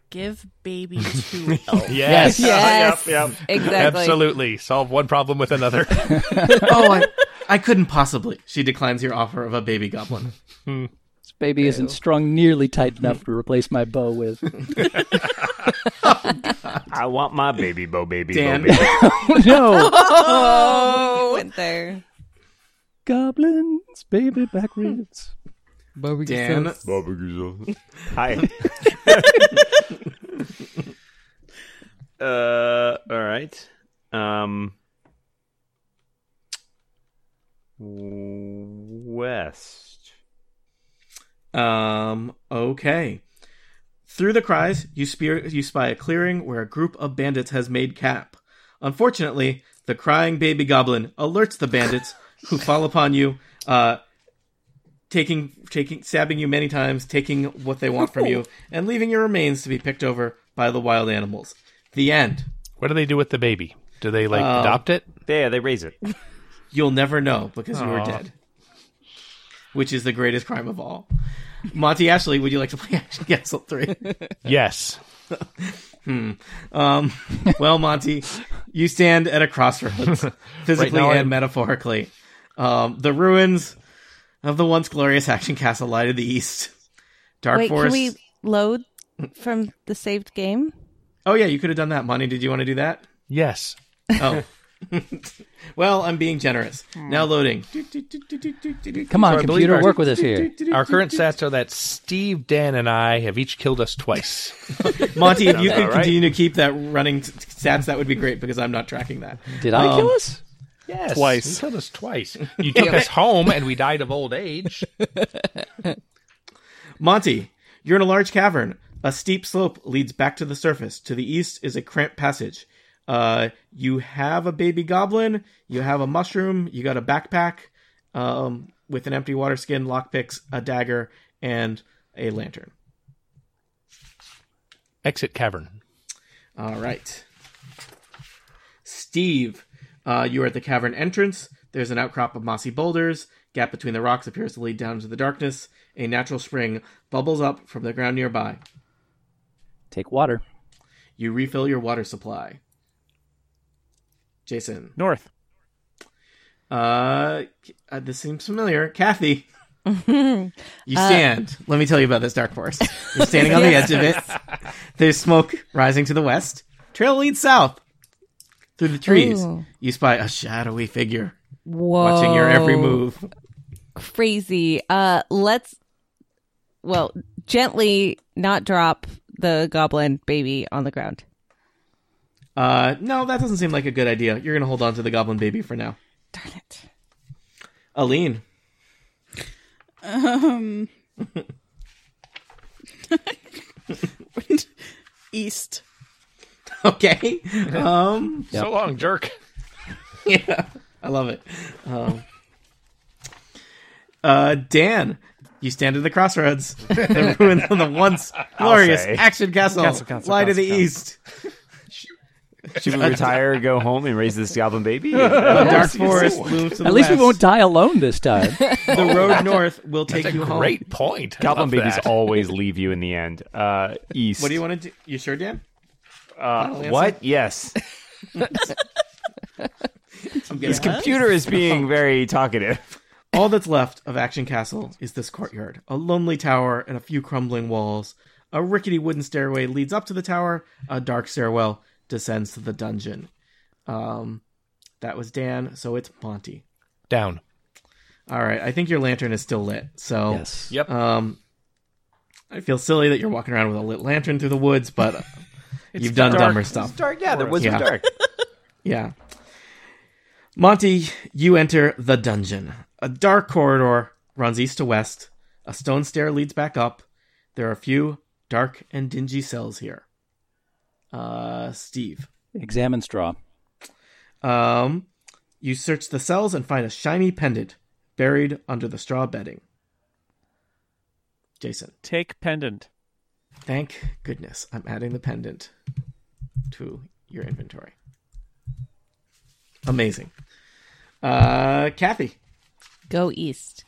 Speaker 7: Give baby to elf.
Speaker 6: Yes.
Speaker 4: Yes.
Speaker 6: Yep, yep.
Speaker 4: Exactly.
Speaker 6: Absolutely. Solve one problem with another.
Speaker 1: oh, I, I couldn't possibly. She declines your offer of a baby goblin.
Speaker 2: This baby isn't strung nearly tight enough to replace my bow with.
Speaker 5: I want my baby bo baby
Speaker 1: Dan.
Speaker 5: bo baby.
Speaker 2: no,
Speaker 4: Oh, you went there.
Speaker 2: goblins, baby back ribs.
Speaker 1: Dan.
Speaker 5: Hi. uh, all right. Um, west.
Speaker 1: Um. Okay. Through the cries, you spear you spy a clearing where a group of bandits has made camp. Unfortunately, the crying baby goblin alerts the bandits, who fall upon you, uh, taking taking stabbing you many times, taking what they want from you, and leaving your remains to be picked over by the wild animals. The end.
Speaker 6: what do they do with the baby? Do they like
Speaker 4: Um,
Speaker 6: adopt it?
Speaker 5: Yeah, they raise it.
Speaker 1: You'll never know because you were
Speaker 6: Aw.
Speaker 1: dead, which is the greatest crime of all. Monty Ashley, would you like to play Action Castle Three?
Speaker 6: Yes.
Speaker 1: Um, well, Monty, you stand at a crossroads, physically
Speaker 6: now
Speaker 1: and
Speaker 6: I'm-
Speaker 1: metaphorically. Um, the ruins of the once glorious action castle lie to the east. Dark
Speaker 4: Wait,
Speaker 1: forest.
Speaker 4: can we load from the saved game?
Speaker 1: Oh yeah, you could have done that, Monty. Did you want to do that?
Speaker 6: Yes.
Speaker 1: Oh. well, I'm being generous.
Speaker 4: Hmm.
Speaker 1: Now loading.
Speaker 2: Come on,
Speaker 6: So I believe
Speaker 2: computer,
Speaker 6: our-
Speaker 2: work with us here.
Speaker 6: Our current stats are that Steve, Dan, and I have each killed us twice.
Speaker 1: Monty, if you could
Speaker 5: Sounds about right.
Speaker 1: continue to keep that running t- stats, that would be great because I'm not tracking that. Um,
Speaker 2: Did I kill us?
Speaker 6: Yes.
Speaker 3: Twice.
Speaker 6: You killed us twice. You took us home and we died of old age.
Speaker 1: Monty, you're in a large cavern. A steep slope leads back to the surface. To the east is a cramped passage. Uh, you have a baby goblin. You have a mushroom. You got a backpack um, with an empty water skin, lockpicks, a dagger, and a lantern.
Speaker 6: Exit cavern.
Speaker 1: All right. Steve, uh, you are at the cavern entrance. There's an outcrop of mossy boulders. Gap between the rocks appears to lead down into the darkness. A natural spring bubbles up from the ground nearby.
Speaker 2: Take water.
Speaker 1: You refill your water supply. Jason.
Speaker 3: North.
Speaker 1: Uh, uh, this seems familiar. Kathy. you
Speaker 4: Uh,
Speaker 1: stand. Let me tell you about this dark forest. You're standing on the edge of it. There's smoke rising to the west. Trail leads south. Through the trees,
Speaker 4: Ooh.
Speaker 1: you spy a shadowy figure
Speaker 4: Whoa.
Speaker 1: watching your every move.
Speaker 4: Crazy. Uh, let's, well, gently not drop the goblin baby on the ground.
Speaker 1: Uh, no, that doesn't seem like a good idea. You're gonna hold on to the goblin baby for now.
Speaker 7: Darn it.
Speaker 1: Aline.
Speaker 7: Um. East.
Speaker 1: Okay. Um.
Speaker 6: So long, jerk.
Speaker 1: yeah, I love it. Um, uh, Dan, you stand at the crossroads. the ruins of the once glorious
Speaker 5: say.
Speaker 1: action castle
Speaker 3: Castle, castle,
Speaker 1: lie to
Speaker 3: castle,
Speaker 1: the
Speaker 3: castle.
Speaker 1: east.
Speaker 5: Should we retire, go home, and raise this goblin baby?
Speaker 1: The dark forest looms to the
Speaker 2: At least we
Speaker 1: west.
Speaker 2: won't die alone this time.
Speaker 1: The road north will take you home.
Speaker 6: Great point. I
Speaker 5: goblin
Speaker 6: love
Speaker 5: babies
Speaker 6: that.
Speaker 5: always leave you in the end. Uh, east.
Speaker 1: What do you want to do? You sure, Dan?
Speaker 5: Uh, what? Yes.
Speaker 1: I'm getting
Speaker 5: Computer is being very talkative.
Speaker 1: All that's left of Action Castle is this courtyard, a lonely tower and a few crumbling walls. A rickety wooden stairway leads up to the tower. A dark stairwell descends to the dungeon. Um, that was Dan, so it's Monty.
Speaker 6: Down.
Speaker 1: All right, I think your lantern is still lit. So
Speaker 2: Yes.
Speaker 6: Yep.
Speaker 5: Uh,
Speaker 1: um, I feel silly that you're walking around with a lit lantern through the woods, but uh, you've done
Speaker 3: dark.
Speaker 1: dumber stuff.
Speaker 5: Dark. Yeah, there was
Speaker 1: Yeah.
Speaker 5: dark.
Speaker 1: Yeah. Monty, you enter the dungeon. A dark corridor runs east to west. A stone stair leads back up. There are a few dark and dingy cells here. Uh, Steve.
Speaker 2: Examine straw.
Speaker 1: Um, you search the cells and find a shiny pendant buried under the straw bedding. Jason.
Speaker 3: Take pendant.
Speaker 1: Thank goodness I'm adding the pendant to your inventory. Amazing. Uh, Kathy.
Speaker 4: Go east.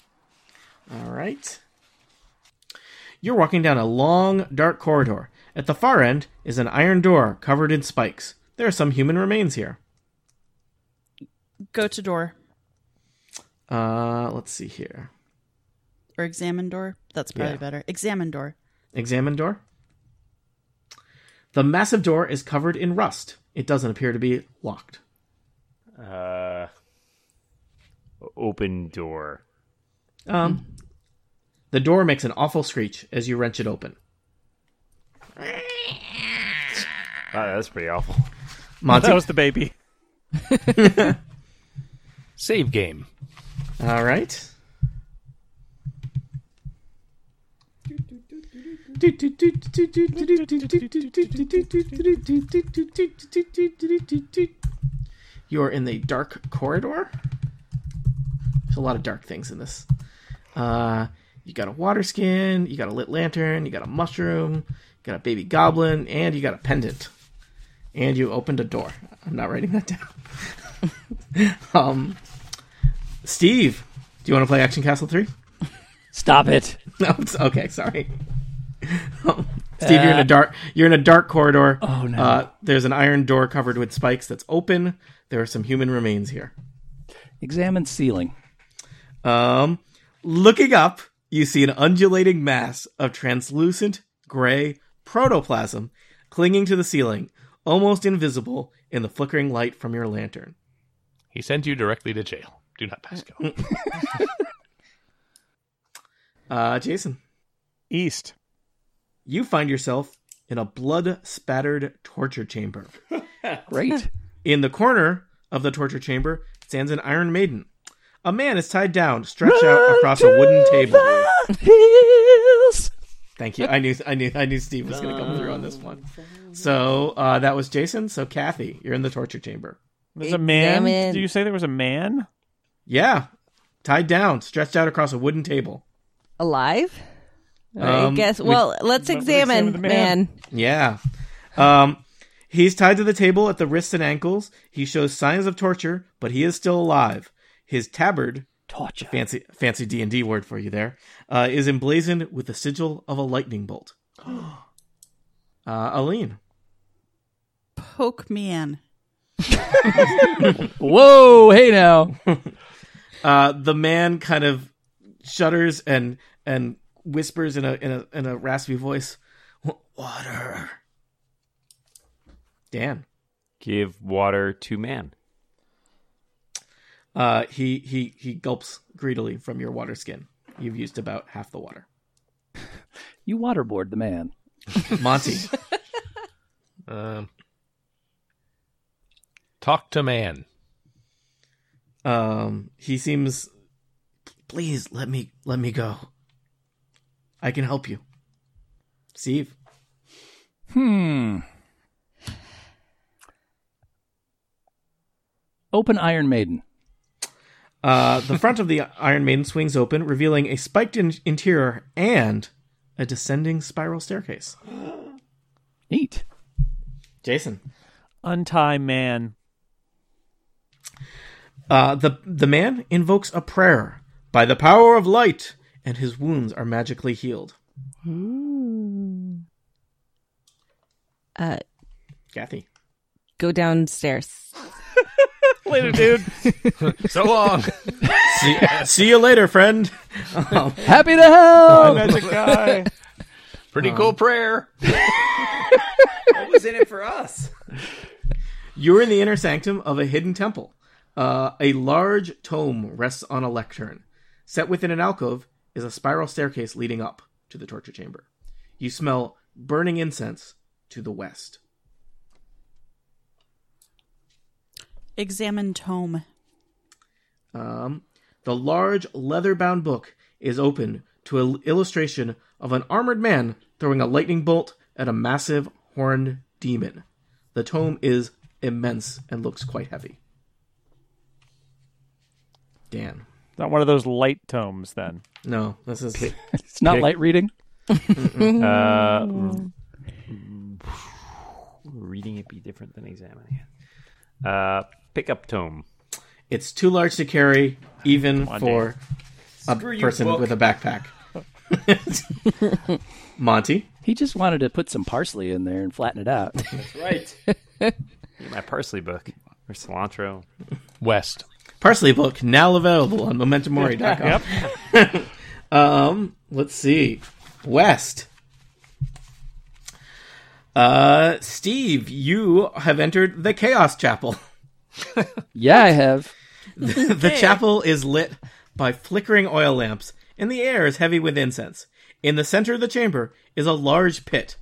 Speaker 1: All right. You're walking down a long, dark corridor. At the far end is an iron door covered in spikes. There are some human remains here.
Speaker 7: Go to door
Speaker 1: Uh, let's see here.
Speaker 7: or examine door. That's probably
Speaker 1: Yeah.
Speaker 7: better. Examine door.
Speaker 1: Examine door. The massive door is covered in rust. It doesn't appear to be locked.
Speaker 5: Uh, open door.
Speaker 1: Um, the door makes an awful screech as you wrench it open.
Speaker 5: Wow, Ah, that's pretty awful.
Speaker 1: Monty.
Speaker 3: That was the baby.
Speaker 6: Save game.
Speaker 1: All right. You are in the dark corridor. There's a lot of dark things in this. Uh, you got a water skin, you got a lit lantern, you got a mushroom, you got a baby goblin, and you got a pendant. And you opened a door. I'm not writing that down. um, Steve, do you want to play Action Castle 3?
Speaker 2: Stop it.
Speaker 1: No, it's, okay, sorry. Steve, you're in a dark you're in a dark corridor.
Speaker 2: Uh, Oh, no.
Speaker 1: Uh, there's an iron door covered with spikes that's open. There are some human remains here.
Speaker 2: Examine ceiling.
Speaker 1: Um, looking up, you see an undulating mass of translucent gray protoplasm clinging to the ceiling, almost invisible in the flickering light from your lantern.
Speaker 6: He sent you directly to jail. Do not pass go.
Speaker 1: Uh, Jason,
Speaker 3: East.
Speaker 1: you find yourself in a blood-spattered torture chamber.
Speaker 2: Great.
Speaker 1: In the corner of the torture chamber stands an Iron Maiden. A man is tied down, stretched out across a wooden table.
Speaker 2: Hills.
Speaker 1: Thank you. I knew, I knew, I knew Steve was going to come through on this one. So uh, that was Jason. So Kathy, you're in the torture chamber.
Speaker 3: There's a man.
Speaker 4: Examine.
Speaker 3: Did you say there was a man?
Speaker 1: Yeah, tied down, stretched out across a wooden table.
Speaker 4: Alive? I
Speaker 1: Um,
Speaker 4: guess.
Speaker 1: we-
Speaker 4: Well, let's
Speaker 3: Let- let's examine
Speaker 4: examine,
Speaker 3: the man.
Speaker 4: man.
Speaker 1: Yeah. Um, he's tied to the table at the wrists and ankles. He shows signs of torture, but he is still alive. His tabard
Speaker 2: Torture.
Speaker 1: fancy fancy D and D word for you there, uh, is emblazoned with the sigil of a lightning bolt. uh, Aline,
Speaker 7: Poke me in.
Speaker 2: Whoa. Hey now.
Speaker 1: uh, the man kind of shudders and and whispers in a in a in a raspy voice, "Wa- "Water." Dan,
Speaker 5: Give water to man.
Speaker 1: uh, he he he gulps greedily from your water skin. You've used about half the water.
Speaker 2: You waterboard the man.
Speaker 1: Monty,
Speaker 6: Um, talk to man.
Speaker 1: um, he seems. Please let me let me go. I can help you. Steve.
Speaker 2: Hmm. Open Iron Maiden.
Speaker 1: Uh, the front of the Iron Maiden swings open, revealing a spiked in- interior and a descending spiral staircase.
Speaker 2: Neat.
Speaker 1: Jason.
Speaker 3: Untie man.
Speaker 1: Uh, the the man invokes a prayer by the power of light, and his wounds are magically healed.
Speaker 4: Uh,
Speaker 1: Kathy.
Speaker 4: go downstairs.
Speaker 3: Later, dude.
Speaker 6: So long.
Speaker 1: See, see you later, friend.
Speaker 2: Happy to help.
Speaker 3: Magic guy.
Speaker 6: Pretty cool prayer.
Speaker 8: What was in it for us?
Speaker 1: You're in the inner sanctum of a hidden temple. Uh, a large tome rests on a lectern. Set within an alcove is a spiral staircase leading up to the torture chamber. You smell burning incense to the west.
Speaker 7: Examine tome.
Speaker 1: Um, the large leather bound book is open to an illustration of an armored man throwing a lightning bolt at a massive horned demon. The tome is immense and looks quite heavy. Dan.
Speaker 3: Not one of those light tomes, then.
Speaker 1: No, this is.
Speaker 2: It's not
Speaker 5: Pick-
Speaker 2: light reading.
Speaker 5: Uh, reading it be different than examining it. Uh, pick up tome.
Speaker 1: It's too large to carry, even
Speaker 3: on,
Speaker 1: for a
Speaker 8: Screw you,
Speaker 1: person
Speaker 8: book.
Speaker 1: with a backpack. Monty.
Speaker 2: He just wanted to put some parsley in there and flatten it out.
Speaker 8: Right.
Speaker 5: Get my parsley book or cilantro.
Speaker 6: West.
Speaker 1: Parsley book now available on MomentumMori.com.
Speaker 3: Yep.
Speaker 1: um, let's see. West. Uh, Steve, you have entered the Chaos Chapel.
Speaker 2: yeah, I have.
Speaker 1: The chapel is lit by flickering oil lamps, and the air is heavy with incense. In the center of the chamber is a large pit,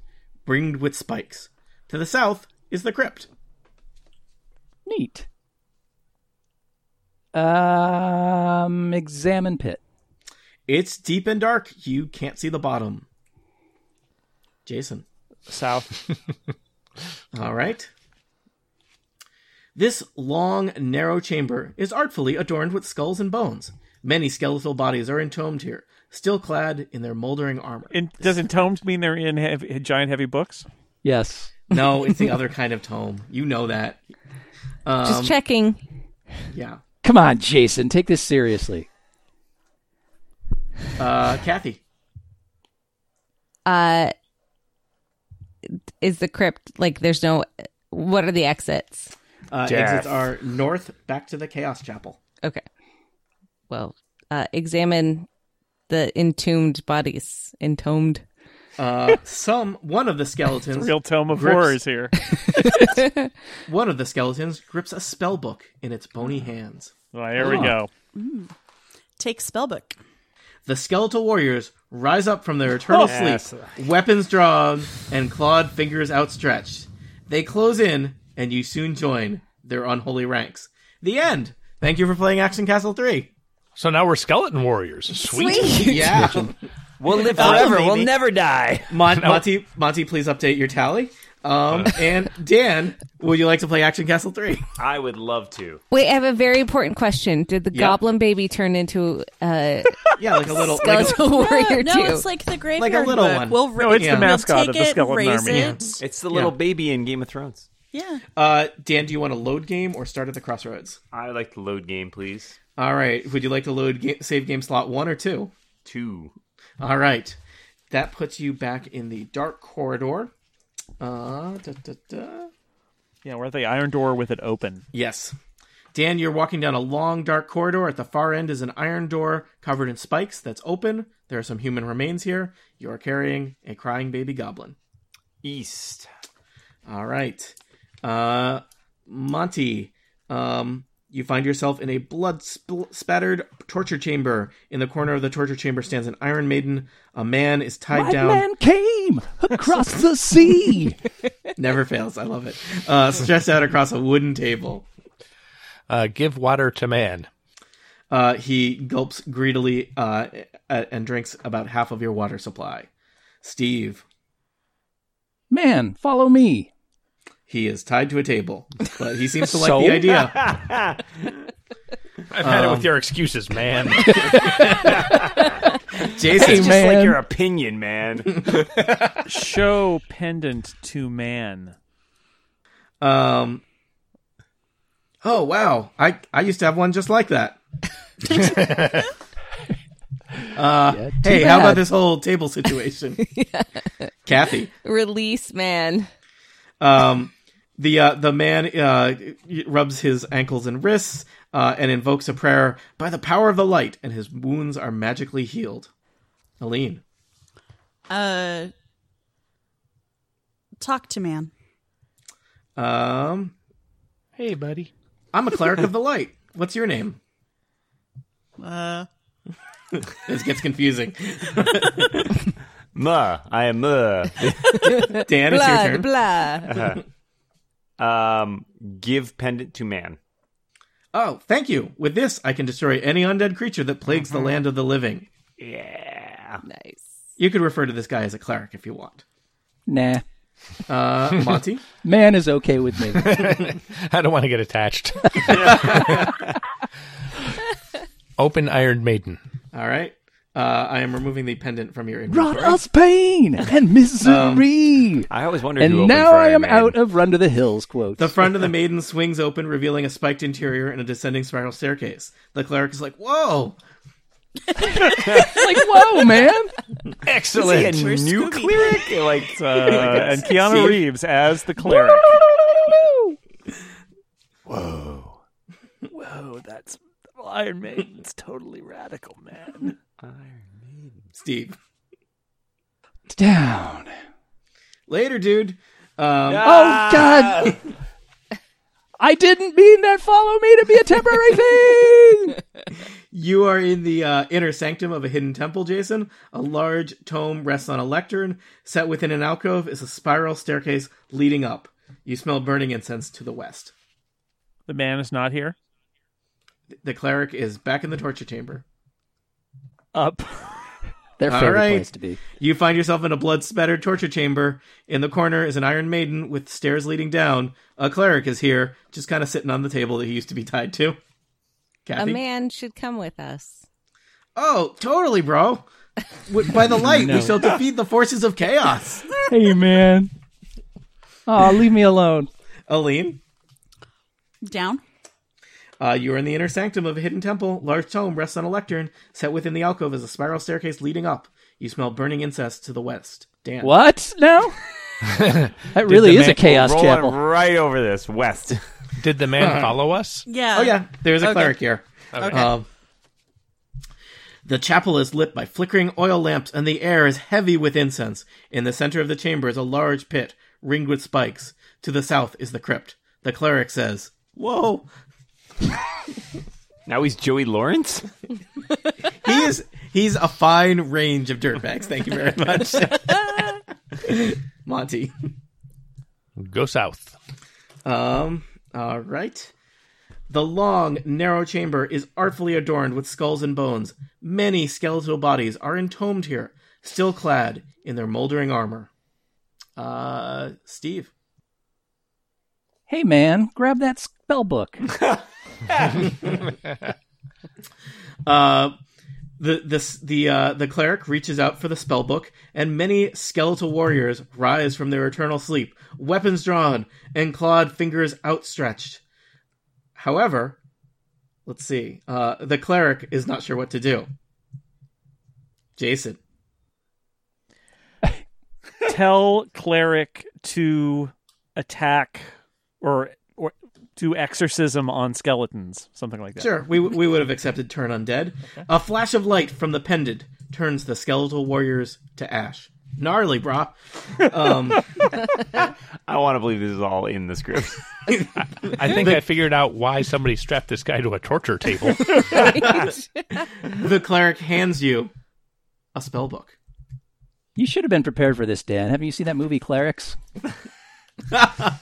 Speaker 1: ringed with spikes. To the south is the crypt.
Speaker 2: Neat. Um, examine pit.
Speaker 1: It's deep and dark. You can't see the bottom. Jason.
Speaker 3: South.
Speaker 1: All right. This long, narrow chamber is artfully adorned with skulls and bones. Many skeletal bodies are entombed here, still clad in their moldering armor.
Speaker 3: In, does entombed mean they're in heavy, giant, heavy books?
Speaker 2: Yes.
Speaker 1: No, it's the other kind of tome. You know that.
Speaker 4: Just
Speaker 1: Um,
Speaker 4: checking.
Speaker 1: Yeah.
Speaker 2: Come on, Jason, take this seriously.
Speaker 1: Uh, Kathy.
Speaker 4: Uh, is the crypt like? There's no. What are the exits?
Speaker 1: Uh,
Speaker 6: Death.
Speaker 1: exits are north back to the Chaos Chapel.
Speaker 4: Okay. Well, uh, examine the entombed bodies. Entombed.
Speaker 1: Uh, some one of the skeletons,
Speaker 3: Real tome of
Speaker 1: Grips.
Speaker 3: horrors here.
Speaker 1: one of the skeletons grips a spell book in its bony hands.
Speaker 3: Well, here we go.
Speaker 7: Take spellbook.
Speaker 1: The skeletal warriors rise up from their eternal sleep, weapons drawn and clawed fingers outstretched. They close in, and you soon join their unholy ranks. The end. Thank you for playing Action Castle 3.
Speaker 6: So now we're skeleton warriors. Sweet.
Speaker 1: Yeah.
Speaker 8: We'll live forever.
Speaker 1: maybe.
Speaker 8: We'll never die.
Speaker 1: Mon- Monty, Monty, please update your tally. Um, and Dan, would you like to play Action Castle 3?
Speaker 5: I would love to.
Speaker 4: Wait, I have a very important question. Did the
Speaker 1: Yeah.
Speaker 4: goblin baby turn into uh,
Speaker 1: Yeah, like a little. Like a,
Speaker 4: skeletal warrior
Speaker 7: no,
Speaker 4: too?
Speaker 7: it's like the graveyard
Speaker 1: little
Speaker 7: book.
Speaker 1: one.
Speaker 7: We'll ra-
Speaker 3: No, it's the
Speaker 1: Yeah.
Speaker 3: mascot
Speaker 7: we'll
Speaker 3: of
Speaker 7: take
Speaker 3: the
Speaker 7: it,
Speaker 3: skeleton
Speaker 7: raise
Speaker 3: army.
Speaker 7: It.
Speaker 5: It's the little baby in Game of Thrones.
Speaker 7: Yeah.
Speaker 1: uh, Dan, do you want to load game or start at the crossroads?
Speaker 5: I would like to load game, please.
Speaker 1: All right. Would you like to load ga- save game slot one or two?
Speaker 5: Two.
Speaker 1: All right. That puts you back in the dark corridor. Uh, da, da, da.
Speaker 3: Yeah, we're at the iron door with it open.
Speaker 1: Yes. Dan, you're walking down a long dark corridor. At the far end is an iron door covered in spikes that's open. There are some human remains here. You are carrying a crying baby goblin.
Speaker 5: East.
Speaker 1: All right. Uh, Monty, um, you find yourself in a blood sp- spattered torture chamber. In the corner of the torture chamber stands an Iron Maiden. A man is tied
Speaker 2: My
Speaker 1: down.
Speaker 2: man came across the sea.
Speaker 1: Never fails. I love it. Uh, stretched out across a wooden table.
Speaker 6: Uh, give water to man.
Speaker 1: Uh, he gulps greedily uh, a- and drinks about half of your water supply. Steve,
Speaker 2: Man, follow me.
Speaker 1: he is tied to a table, but he seems to like
Speaker 2: So?
Speaker 1: the idea.
Speaker 6: I've had it with your excuses, man.
Speaker 1: Jason,
Speaker 5: It's just
Speaker 2: man.
Speaker 5: like your opinion, man.
Speaker 3: Show pendant to man.
Speaker 1: Um. Oh wow! I I used to have one just like that. uh,
Speaker 2: Yeah, too
Speaker 1: hey, how about
Speaker 2: bad.
Speaker 1: this whole table situation, Kathy?
Speaker 4: Release man.
Speaker 1: Um, the uh, the man uh, rubs his ankles and wrists uh, and invokes a prayer by the power of the light, and his wounds are magically healed. Aline,
Speaker 7: Uh, Talk to man.
Speaker 1: Um,
Speaker 6: Hey, buddy.
Speaker 1: I'm a cleric of the light. What's your name?
Speaker 7: Uh,
Speaker 1: This gets confusing.
Speaker 5: Muh, I am uh, Muh.
Speaker 1: Dan, it's your
Speaker 4: Blah,
Speaker 1: turn.
Speaker 4: blah.
Speaker 5: um, give pendant to man.
Speaker 1: Oh, thank you. With this, I can destroy any undead creature that plagues the land of the living.
Speaker 5: Yeah.
Speaker 4: nice.
Speaker 1: You could refer to this guy as a cleric if you want.
Speaker 2: Nah.
Speaker 1: Uh, Monty,
Speaker 2: Man is okay with me.
Speaker 6: I don't want to get attached. Open Iron Maiden.
Speaker 1: all right. Uh, I am removing the pendant from your
Speaker 2: Brought
Speaker 1: inventory.
Speaker 2: us pain and misery.
Speaker 5: Um, I always wondered. who
Speaker 2: and
Speaker 5: opened
Speaker 2: now
Speaker 5: for
Speaker 2: I
Speaker 5: Iron
Speaker 2: am
Speaker 5: Man.
Speaker 2: out of Run to the Hills quotes.
Speaker 1: The front of the maiden swings open, revealing a spiked interior and a descending spiral staircase. The cleric is like, "Whoa!"
Speaker 2: like, whoa, man.
Speaker 5: Excellent.
Speaker 7: We're
Speaker 5: new
Speaker 7: Scooby.
Speaker 5: cleric. Like
Speaker 3: Uh, and Keanu
Speaker 1: See?
Speaker 3: Reeves as the cleric.
Speaker 5: whoa.
Speaker 3: Whoa, that's Iron Maiden's totally radical, man.
Speaker 1: Steve,
Speaker 2: Down.
Speaker 1: later, dude. Um,
Speaker 2: Oh, God. I didn't mean that follow me to be a temporary thing.
Speaker 1: You are in the uh, inner sanctum of a hidden temple, Jason. A large tome rests on a lectern. Set within an alcove is a spiral staircase leading up. You smell burning incense to the west.
Speaker 3: The man is not here.
Speaker 1: The cleric is back in the torture chamber.
Speaker 3: Up.
Speaker 2: Their
Speaker 1: All
Speaker 2: favorite
Speaker 1: right.
Speaker 2: place to be.
Speaker 1: You find yourself in a blood spattered torture chamber. In the corner is an Iron Maiden with stairs leading down. A cleric is here, just kind of sitting on the table that he used to be tied to.
Speaker 4: A
Speaker 1: Kathy?
Speaker 4: man should come with us.
Speaker 1: Oh, totally, bro. W- By the light, we shall defeat the forces of chaos.
Speaker 2: Hey, man. Oh, leave me alone.
Speaker 1: Aline?
Speaker 7: down.
Speaker 1: Uh, you are in the inner sanctum of a hidden temple. Large tome rests on a lectern. Set within the alcove is a spiral staircase leading up. You smell burning incense to the west. Dan.
Speaker 2: What? No? that really
Speaker 6: the
Speaker 2: is a
Speaker 6: man-
Speaker 2: chaos
Speaker 5: Rolling
Speaker 2: chapel.
Speaker 5: right over this west.
Speaker 6: Did the man follow us?
Speaker 7: Yeah.
Speaker 1: Oh yeah, there's a
Speaker 7: Okay.
Speaker 1: cleric here. Um, the chapel is lit by flickering oil lamps, and the air is heavy with incense. In the center of the chamber is a large pit ringed with spikes. To the south is the crypt. The cleric says, "Whoa,
Speaker 5: now he's Joey Lawrence.
Speaker 1: he
Speaker 7: Ah.
Speaker 1: is he's a fine range of dirtbags." Thank you very much, Monty."
Speaker 6: Go south.
Speaker 1: Um, all right. The long, narrow chamber is artfully adorned with skulls and bones. Many skeletal bodies are entombed here, still clad in their moldering armor. Uh, Steve.
Speaker 2: Hey, man, grab that spell book.
Speaker 1: Uh, the the the uh, the cleric reaches out for the spell book, and many skeletal warriors rise from their eternal sleep, weapons drawn and clawed fingers outstretched. However, let's see. Uh, the cleric is not sure what to do. Jason,
Speaker 3: Tell cleric to attack or or do exorcism on skeletons, something like that.
Speaker 1: sure, we we would have accepted turn undead. A flash of light from the pendant turns the skeletal warriors to ash. Gnarly, brah. Um,
Speaker 5: I want to believe this is all in the script.
Speaker 6: I think I figured out why somebody strapped this guy to a torture table.
Speaker 1: the cleric hands you a spell book.
Speaker 2: You should have been prepared for this, Dan. Haven't you seen that movie, Clerics?
Speaker 1: I,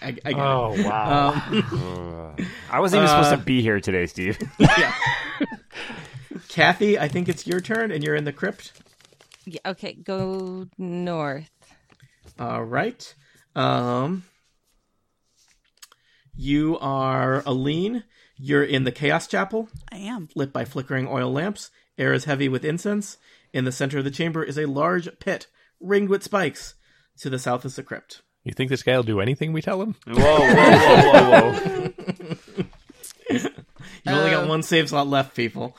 Speaker 1: I get it.
Speaker 6: oh wow!
Speaker 1: Um,
Speaker 5: I wasn't even supposed to be here today, Steve.
Speaker 1: yeah. Kathy, I think it's your turn, and you're in the crypt.
Speaker 4: Yeah, okay, go north.
Speaker 1: All right. Um, you are Aline. You're in the Chaos Chapel,
Speaker 7: I am.
Speaker 1: lit by flickering oil lamps. Air is heavy with incense. In the center of the chamber is a large pit ringed with spikes. To the south is the crypt.
Speaker 6: You think this guy will do anything we tell him?
Speaker 5: whoa, whoa, whoa, whoa, whoa!
Speaker 1: You only got one save slot left, people.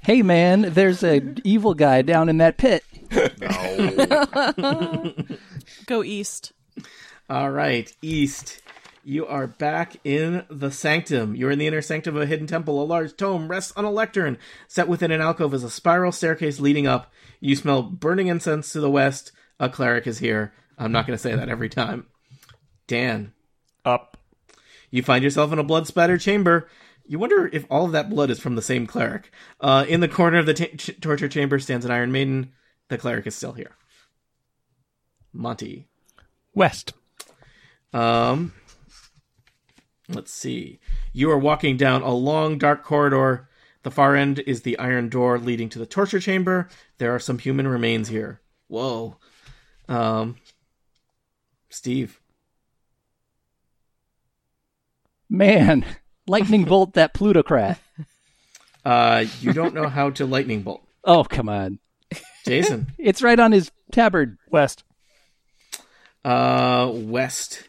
Speaker 2: Hey, man, there's a evil guy down in that pit.
Speaker 7: Go east.
Speaker 1: All right, East. You are back in the sanctum. You're in the inner sanctum of a hidden temple. A large tome rests on a lectern. Set within an alcove is a spiral staircase leading up. You smell burning incense to the west. A cleric is here. I'm not going to say that every time. Dan,
Speaker 5: Up.
Speaker 1: you find yourself in a blood spattered chamber. You wonder if all of that blood is from the same cleric. Uh, in the corner of the ta- ch- torture chamber stands an Iron Maiden. The cleric is still here. Monty.
Speaker 6: West.
Speaker 1: Um, let's see. You are walking down a long, dark corridor. The far end is the iron door leading to the torture chamber. There are some human remains here. Whoa. Um, Steve.
Speaker 2: Man, lightning bolt that plutocrat.
Speaker 1: Uh, you don't know how to lightning bolt.
Speaker 2: Oh, come on.
Speaker 1: Jason.
Speaker 2: It's right on his tabard.
Speaker 3: West.
Speaker 1: Uh, west.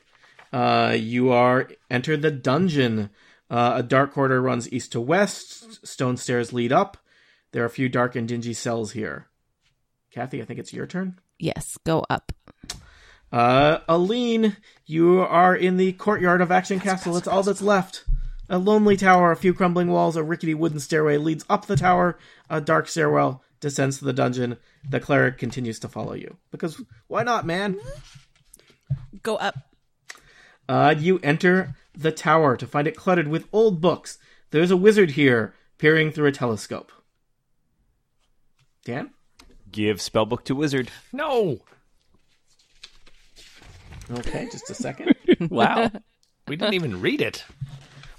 Speaker 1: Uh, you are entered the dungeon. Uh, a dark corridor runs east to west. Stone stairs lead up. There are a few dark and dingy cells here. Kathy, I think it's your turn.
Speaker 4: Yes, go up.
Speaker 1: Uh, Aline, you are in the courtyard of Action Castle. That's all that's left. A lonely tower, a few crumbling walls, a rickety wooden stairway leads up the tower. A dark stairwell descends to the dungeon. The cleric continues to follow you. Because why not, man?
Speaker 7: Go up.
Speaker 1: Uh, you enter the tower to find it cluttered with old books. There's a wizard here peering through a telescope. Dan?
Speaker 5: Give spellbook to wizard.
Speaker 6: No,
Speaker 1: Okay, just a second.
Speaker 2: Wow.
Speaker 6: we didn't even read it.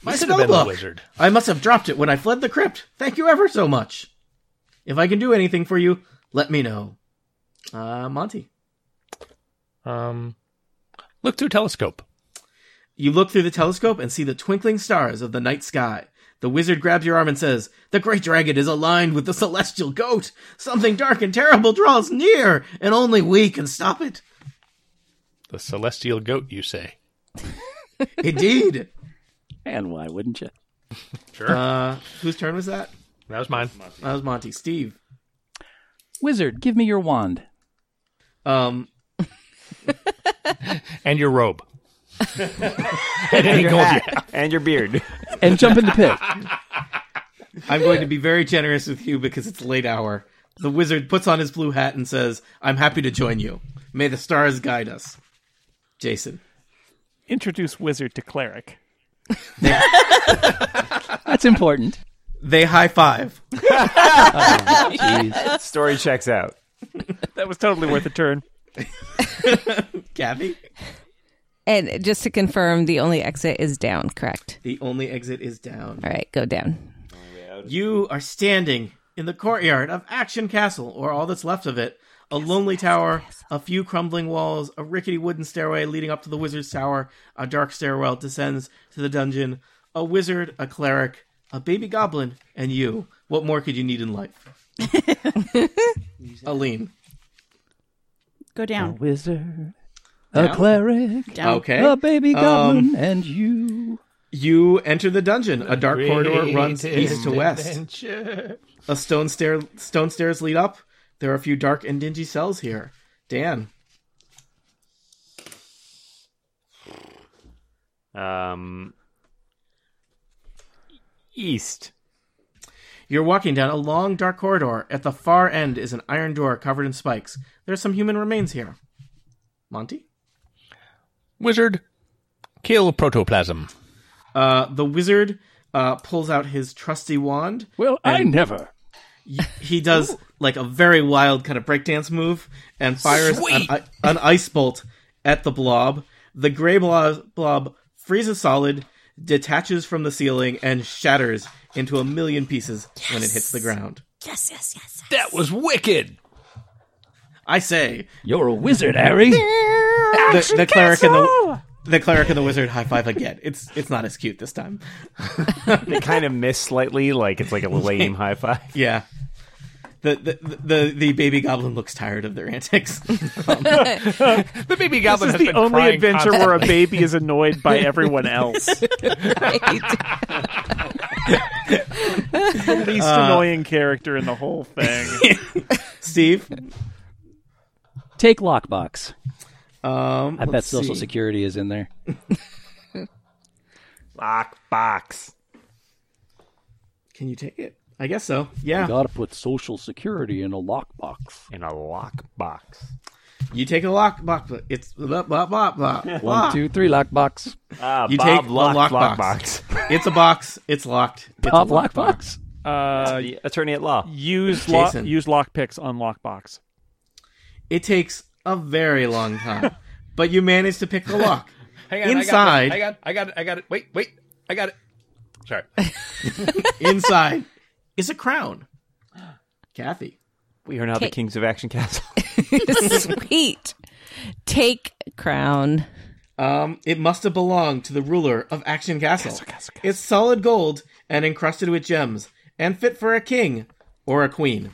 Speaker 1: My
Speaker 6: This would have been the
Speaker 1: spellbook.
Speaker 6: wizard.
Speaker 1: I must have dropped it when I fled the crypt. Thank you ever so much. If I can do anything for you, let me know. Uh, Monty,
Speaker 6: Um, look through telescope.
Speaker 1: you look through the telescope and see the twinkling stars of the night sky. The wizard grabs your arm and says, The great dragon is aligned with the celestial goat. Something dark and terrible draws near, and only we can stop it.
Speaker 6: The celestial goat, you say?
Speaker 1: Indeed.
Speaker 2: And why wouldn't you?
Speaker 6: Sure.
Speaker 1: Uh, whose turn was that?
Speaker 6: that was mine.
Speaker 1: That was Monty. Steve.
Speaker 2: Wizard, give me your wand.
Speaker 1: Um,
Speaker 6: And your robe. and any gold you have.
Speaker 5: And your beard.
Speaker 2: And jump in the pit.
Speaker 1: I'm going to be very generous with you because it's late hour. The wizard puts on his blue hat and says, I'm happy to join you. May the stars guide us. Jason.
Speaker 3: Introduce wizard to cleric.
Speaker 2: That's important.
Speaker 1: They high five.
Speaker 2: Jeez.
Speaker 5: Story checks out.
Speaker 3: That was totally worth a turn.
Speaker 1: Gabby.
Speaker 4: And just to confirm, the only exit is down, correct?
Speaker 1: The only exit is down.
Speaker 4: All right, go down.
Speaker 1: You are standing in the courtyard of Action Castle, or all that's left of it. A lonely tower, a few crumbling walls, a rickety wooden stairway leading up to the wizard's tower, a dark stairwell descends to the dungeon, a wizard, a cleric, a baby goblin, and you. What more could you need in life? Aline.
Speaker 7: Go
Speaker 2: A
Speaker 7: down.
Speaker 2: wizard,
Speaker 1: Down.
Speaker 2: a cleric,
Speaker 7: Down.
Speaker 1: Okay. Um,
Speaker 2: a baby goblin, and you.
Speaker 1: You enter the dungeon. A dark corridor runs
Speaker 6: Great
Speaker 1: east to west.
Speaker 6: adventure.
Speaker 1: A stone stair stone stairs lead up. There are a few dark and dingy cells here. Dan.
Speaker 5: Um, east.
Speaker 1: You're walking down a long, dark corridor. At the far end is an iron door covered in spikes. There's some human remains here. Monty?
Speaker 6: Wizard, kill protoplasm.
Speaker 1: Uh, the wizard uh, pulls out his trusty wand.
Speaker 2: Well, I never.
Speaker 1: Y- He does like a very wild kind of breakdance move and fires an,
Speaker 6: Sweet.
Speaker 1: i- an ice bolt at the blob. The gray blob, blob freezes solid, detaches from the ceiling, and shatters into a million pieces when it hits the ground.
Speaker 7: Yes, yes, yes.
Speaker 6: That was wicked.
Speaker 1: I say,
Speaker 2: You're a wizard, Harry.
Speaker 1: the, the cleric and the the cleric and the wizard high five again. It's it's not as cute this time.
Speaker 5: They kind of miss slightly, like it's like a lame high five.
Speaker 1: Yeah. The the, the the baby goblin looks tired of their antics.
Speaker 6: The baby goblin
Speaker 3: This is the
Speaker 6: has been
Speaker 3: only
Speaker 6: crying
Speaker 3: adventure
Speaker 6: constantly.
Speaker 3: where a baby is annoyed by everyone else. the least
Speaker 6: Uh,
Speaker 3: annoying character in the whole thing.
Speaker 1: Steve,
Speaker 2: Take lockbox.
Speaker 1: um,
Speaker 2: I bet
Speaker 1: let's
Speaker 2: Social
Speaker 1: see.
Speaker 2: Security is in there.
Speaker 5: Lock box.
Speaker 1: Can you take it? I guess so. Yeah.
Speaker 2: Gotta put Social Security in a lockbox.
Speaker 5: In a lock box.
Speaker 1: You take a lock box. It's blah blah blah blah. blah.
Speaker 2: One, two, three, lockbox.
Speaker 5: Ah,
Speaker 1: You
Speaker 5: Bob
Speaker 1: take the
Speaker 5: Lock,
Speaker 1: lock
Speaker 5: Lockbox.
Speaker 1: box. It's a box. It's locked. It's
Speaker 2: Pop
Speaker 1: a lock
Speaker 2: lockbox.
Speaker 3: Uh,
Speaker 5: The attorney at law.
Speaker 3: use lock
Speaker 1: Jason.
Speaker 3: use lock picks on lockbox.
Speaker 1: It takes a very long time, but you manage to pick the lock.
Speaker 6: Hang
Speaker 1: on, I got Inside.
Speaker 6: I
Speaker 1: I
Speaker 6: got, I got, I got it. Wait, wait, I got it. Sorry.
Speaker 1: Inside is a crown. Kathy.
Speaker 5: We are now the
Speaker 4: Okay.
Speaker 5: kings of Action Castle.
Speaker 4: Sweet. Take crown.
Speaker 1: Um, it must have belonged to the ruler of Action Castle. It's solid gold and encrusted with gems, and fit for a king or a queen.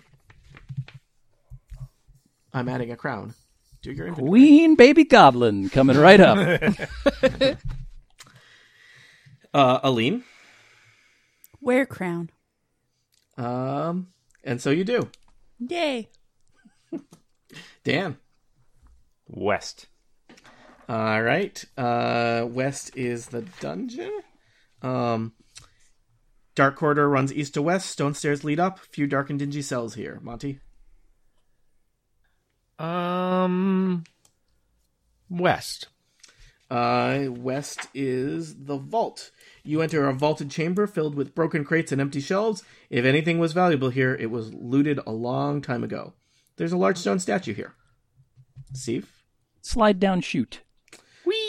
Speaker 1: I'm adding a crown to your inventory.
Speaker 2: Ween baby goblin coming right up.
Speaker 1: Uh, Aline.
Speaker 7: Wear crown.
Speaker 1: Um, and so you do.
Speaker 7: Yay.
Speaker 1: Dan.
Speaker 5: West.
Speaker 1: All right. Uh, west is the dungeon. Um, dark corridor runs east to west. Stone stairs lead up. Few dark and dingy cells here. Monty.
Speaker 6: Um, West.
Speaker 1: Uh, west is the vault. You enter a vaulted chamber filled with broken crates and empty shelves. If anything was valuable here, it was looted a long time ago. There's a large stone statue here. Steve.
Speaker 2: Slide down, shoot.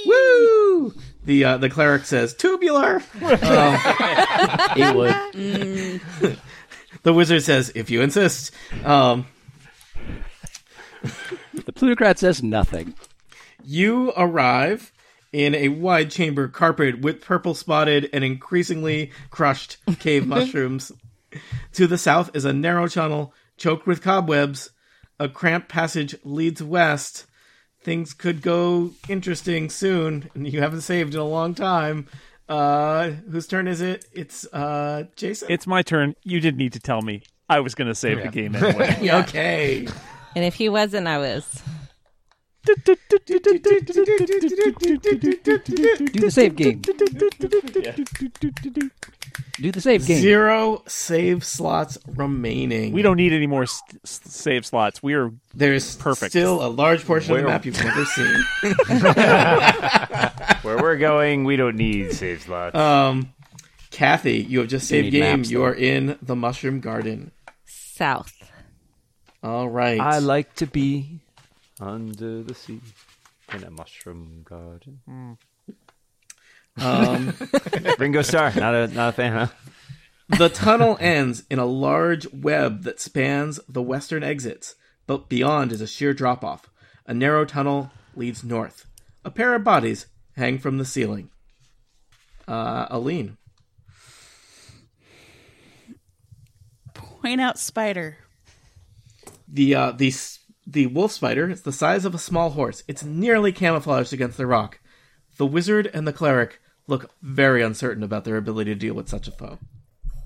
Speaker 1: Woo! The uh, the cleric says tubular. Um,
Speaker 2: He would.
Speaker 1: The wizard says if you insist. Um,
Speaker 2: The plutocrat says nothing.
Speaker 1: You arrive in a wide chamber carpeted with purple spotted and increasingly crushed cave mushrooms. To the south is a narrow tunnel choked with cobwebs. A cramped passage leads west. Things could go interesting soon, and you haven't saved in a long time. Uh, whose turn is it? It's uh, Jason.
Speaker 3: It's my turn. You didn't need to tell me. I was going to save the game anyway.
Speaker 1: okay.
Speaker 4: And if he wasn't, I was.
Speaker 2: Do the save game. Do the save game.
Speaker 1: Zero save slots remaining.
Speaker 3: we don't need any more s s save slots. We are
Speaker 1: There's
Speaker 3: Perfect.
Speaker 1: still a large portion of
Speaker 5: Where-
Speaker 1: the map you've never seen.
Speaker 5: Where we're going, we don't need save slots.
Speaker 1: Um, Kathy, you have just saved
Speaker 2: need
Speaker 1: game.
Speaker 2: maps,
Speaker 1: you are in the Mushroom Garden.
Speaker 4: South.
Speaker 1: All right.
Speaker 5: I like to be under the sea in a mushroom garden.
Speaker 1: Um,
Speaker 5: Ringo Starr, not a not a fan, huh?
Speaker 1: the tunnel ends in a large web that spans the western exits, but beyond is a sheer drop off. A narrow tunnel leads north. A pair of bodies hang from the ceiling. Uh, Aline.
Speaker 7: Point out spider.
Speaker 1: the uh, the s- the wolf spider is the size of a small horse. It's nearly camouflaged against the rock. The wizard and the cleric look very uncertain about their ability to deal with such a foe.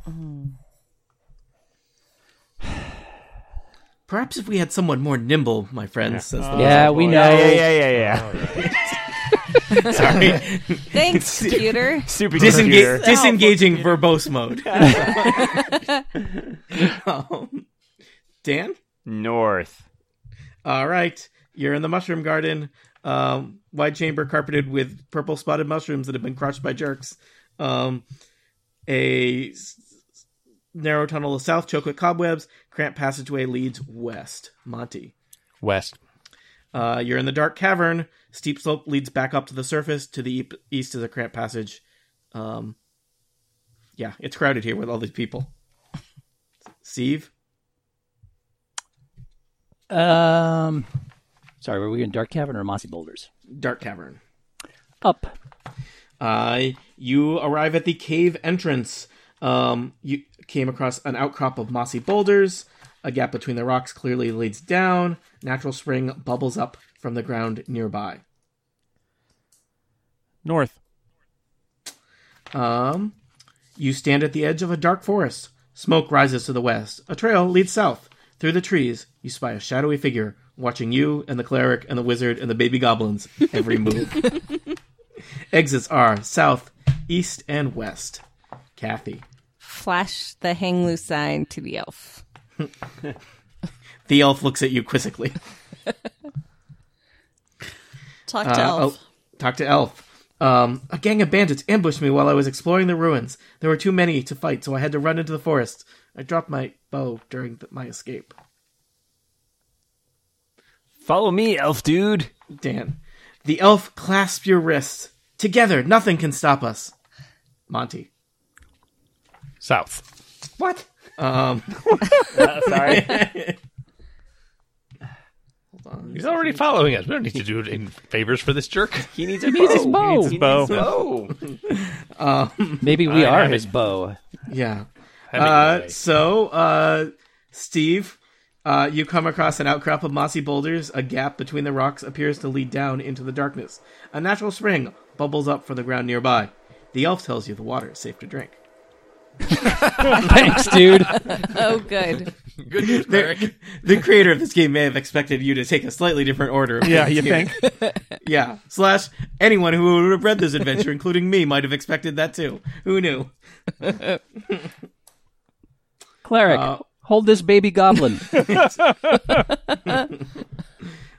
Speaker 1: Perhaps if we had someone more nimble, my friends, says the
Speaker 2: Yeah, Uh, we know.
Speaker 5: Yeah, yeah, yeah, yeah.
Speaker 1: Oh,
Speaker 5: yeah.
Speaker 4: Thanks, computer.
Speaker 5: Super
Speaker 1: Disengage-
Speaker 5: computer.
Speaker 1: disengaging verbose mode. Um, Dan,
Speaker 5: North.
Speaker 1: All right, you're in the mushroom garden, um, wide chamber carpeted with purple spotted mushrooms that have been crushed by jerks. Um, a s- s- narrow tunnel of south chocolate cobwebs. Cramped passageway leads west. Monty,
Speaker 6: West.
Speaker 1: uh, you're in the dark cavern. Steep slope leads back up to the surface. To the eep- east is a cramped passage. Um, yeah, it's crowded here with all these people. Steve,
Speaker 2: Um, sorry, were we in Dark Cavern or Mossy Boulders?
Speaker 1: dark cavern.
Speaker 2: Up.
Speaker 1: Uh, you arrive at the cave entrance. Um, you came across an outcrop of mossy boulders. A gap between the rocks clearly leads down. Natural spring bubbles up from the ground nearby.
Speaker 3: north.
Speaker 1: Um, you stand at the edge of a dark forest. Smoke rises to the west. A trail leads south. Through the trees, you spy a shadowy figure watching you and the cleric and the wizard and the baby goblins every move. Exits are south, east, and west. Kathy.
Speaker 4: Flash the hang loose sign to the elf.
Speaker 1: The elf looks at you quizzically.
Speaker 7: Talk to
Speaker 1: Uh,
Speaker 7: Elf.
Speaker 1: oh, talk to Elf. Um, a gang of bandits ambushed me while I was exploring the ruins. There were too many to fight, so I had to run into the forest. I dropped my bow during th- my escape.
Speaker 5: Follow me, elf dude.
Speaker 1: Dan, the elf clasp your wrist. Together, nothing can stop us. Monty.
Speaker 6: South.
Speaker 8: What?
Speaker 1: Um,
Speaker 8: Uh, sorry.
Speaker 6: He's already following us. We don't need to do it in favors for this jerk.
Speaker 8: He needs a bow.
Speaker 2: bow.
Speaker 3: It's Bo.
Speaker 8: Oh,
Speaker 2: Maybe we
Speaker 6: I
Speaker 2: are
Speaker 6: have
Speaker 2: his bow.
Speaker 1: yeah.
Speaker 6: I mean,
Speaker 1: Uh, so, uh, Steve, uh, you come across an outcrop of mossy boulders. A gap between the rocks appears to lead down into the darkness. A natural spring bubbles up from the ground nearby. The elf tells you the water is safe to drink.
Speaker 2: Thanks, dude.
Speaker 4: Oh, good.
Speaker 6: good news, Merrick.
Speaker 1: The creator of this game may have expected you to take a slightly different order. of
Speaker 3: Yeah,
Speaker 1: things
Speaker 3: you
Speaker 1: here.
Speaker 3: think?
Speaker 1: Yeah. Slash, anyone who would have read this adventure, including me, might have expected that too. Who knew?
Speaker 2: Cleric,
Speaker 1: Uh,
Speaker 2: hold this baby goblin.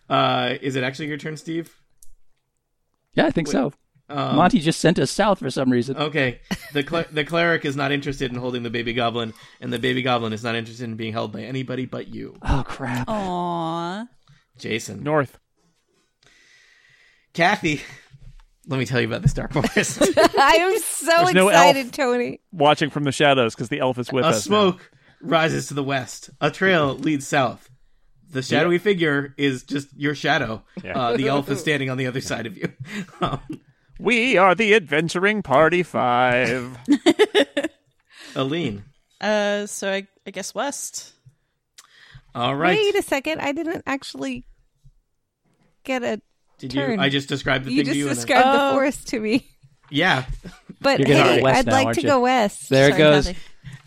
Speaker 1: Uh, is it actually your turn, Steve?
Speaker 2: yeah, I think so.
Speaker 1: Um, uh,
Speaker 2: Monty just sent us south for some reason.
Speaker 1: Okay. The cler- the cleric is not interested in holding the baby goblin, and the baby goblin is not interested in being held by anybody but you,
Speaker 2: oh crap.
Speaker 7: Aw.
Speaker 1: Jason.
Speaker 3: North.
Speaker 1: Kathy, let me tell you about this dark forest.
Speaker 4: I am so
Speaker 3: There's no
Speaker 4: excited, Tony.
Speaker 3: Watching from the shadows because the elf is with
Speaker 1: a
Speaker 3: us. now.
Speaker 1: smoke rises to the west. A trail leads south. The shadowy figure is just your shadow. Uh, the elf is standing on the other side of you. Um,
Speaker 3: We are the adventuring party five.
Speaker 1: Aline.
Speaker 7: Uh, so I, I guess West.
Speaker 1: All right.
Speaker 4: Wait a second. I didn't actually get a.
Speaker 1: Did
Speaker 4: turn.
Speaker 1: you? I just described the
Speaker 4: You
Speaker 1: thing
Speaker 4: just
Speaker 1: to you. and-
Speaker 4: described the
Speaker 7: Oh.
Speaker 4: forest to me.
Speaker 1: yeah.
Speaker 4: But
Speaker 2: You're gonna
Speaker 4: hey,
Speaker 2: go west
Speaker 4: I'd
Speaker 2: now,
Speaker 4: like
Speaker 2: aren't
Speaker 4: to
Speaker 2: you?
Speaker 4: go west.
Speaker 2: There it
Speaker 7: Sorry,
Speaker 2: goes.
Speaker 7: Kathy.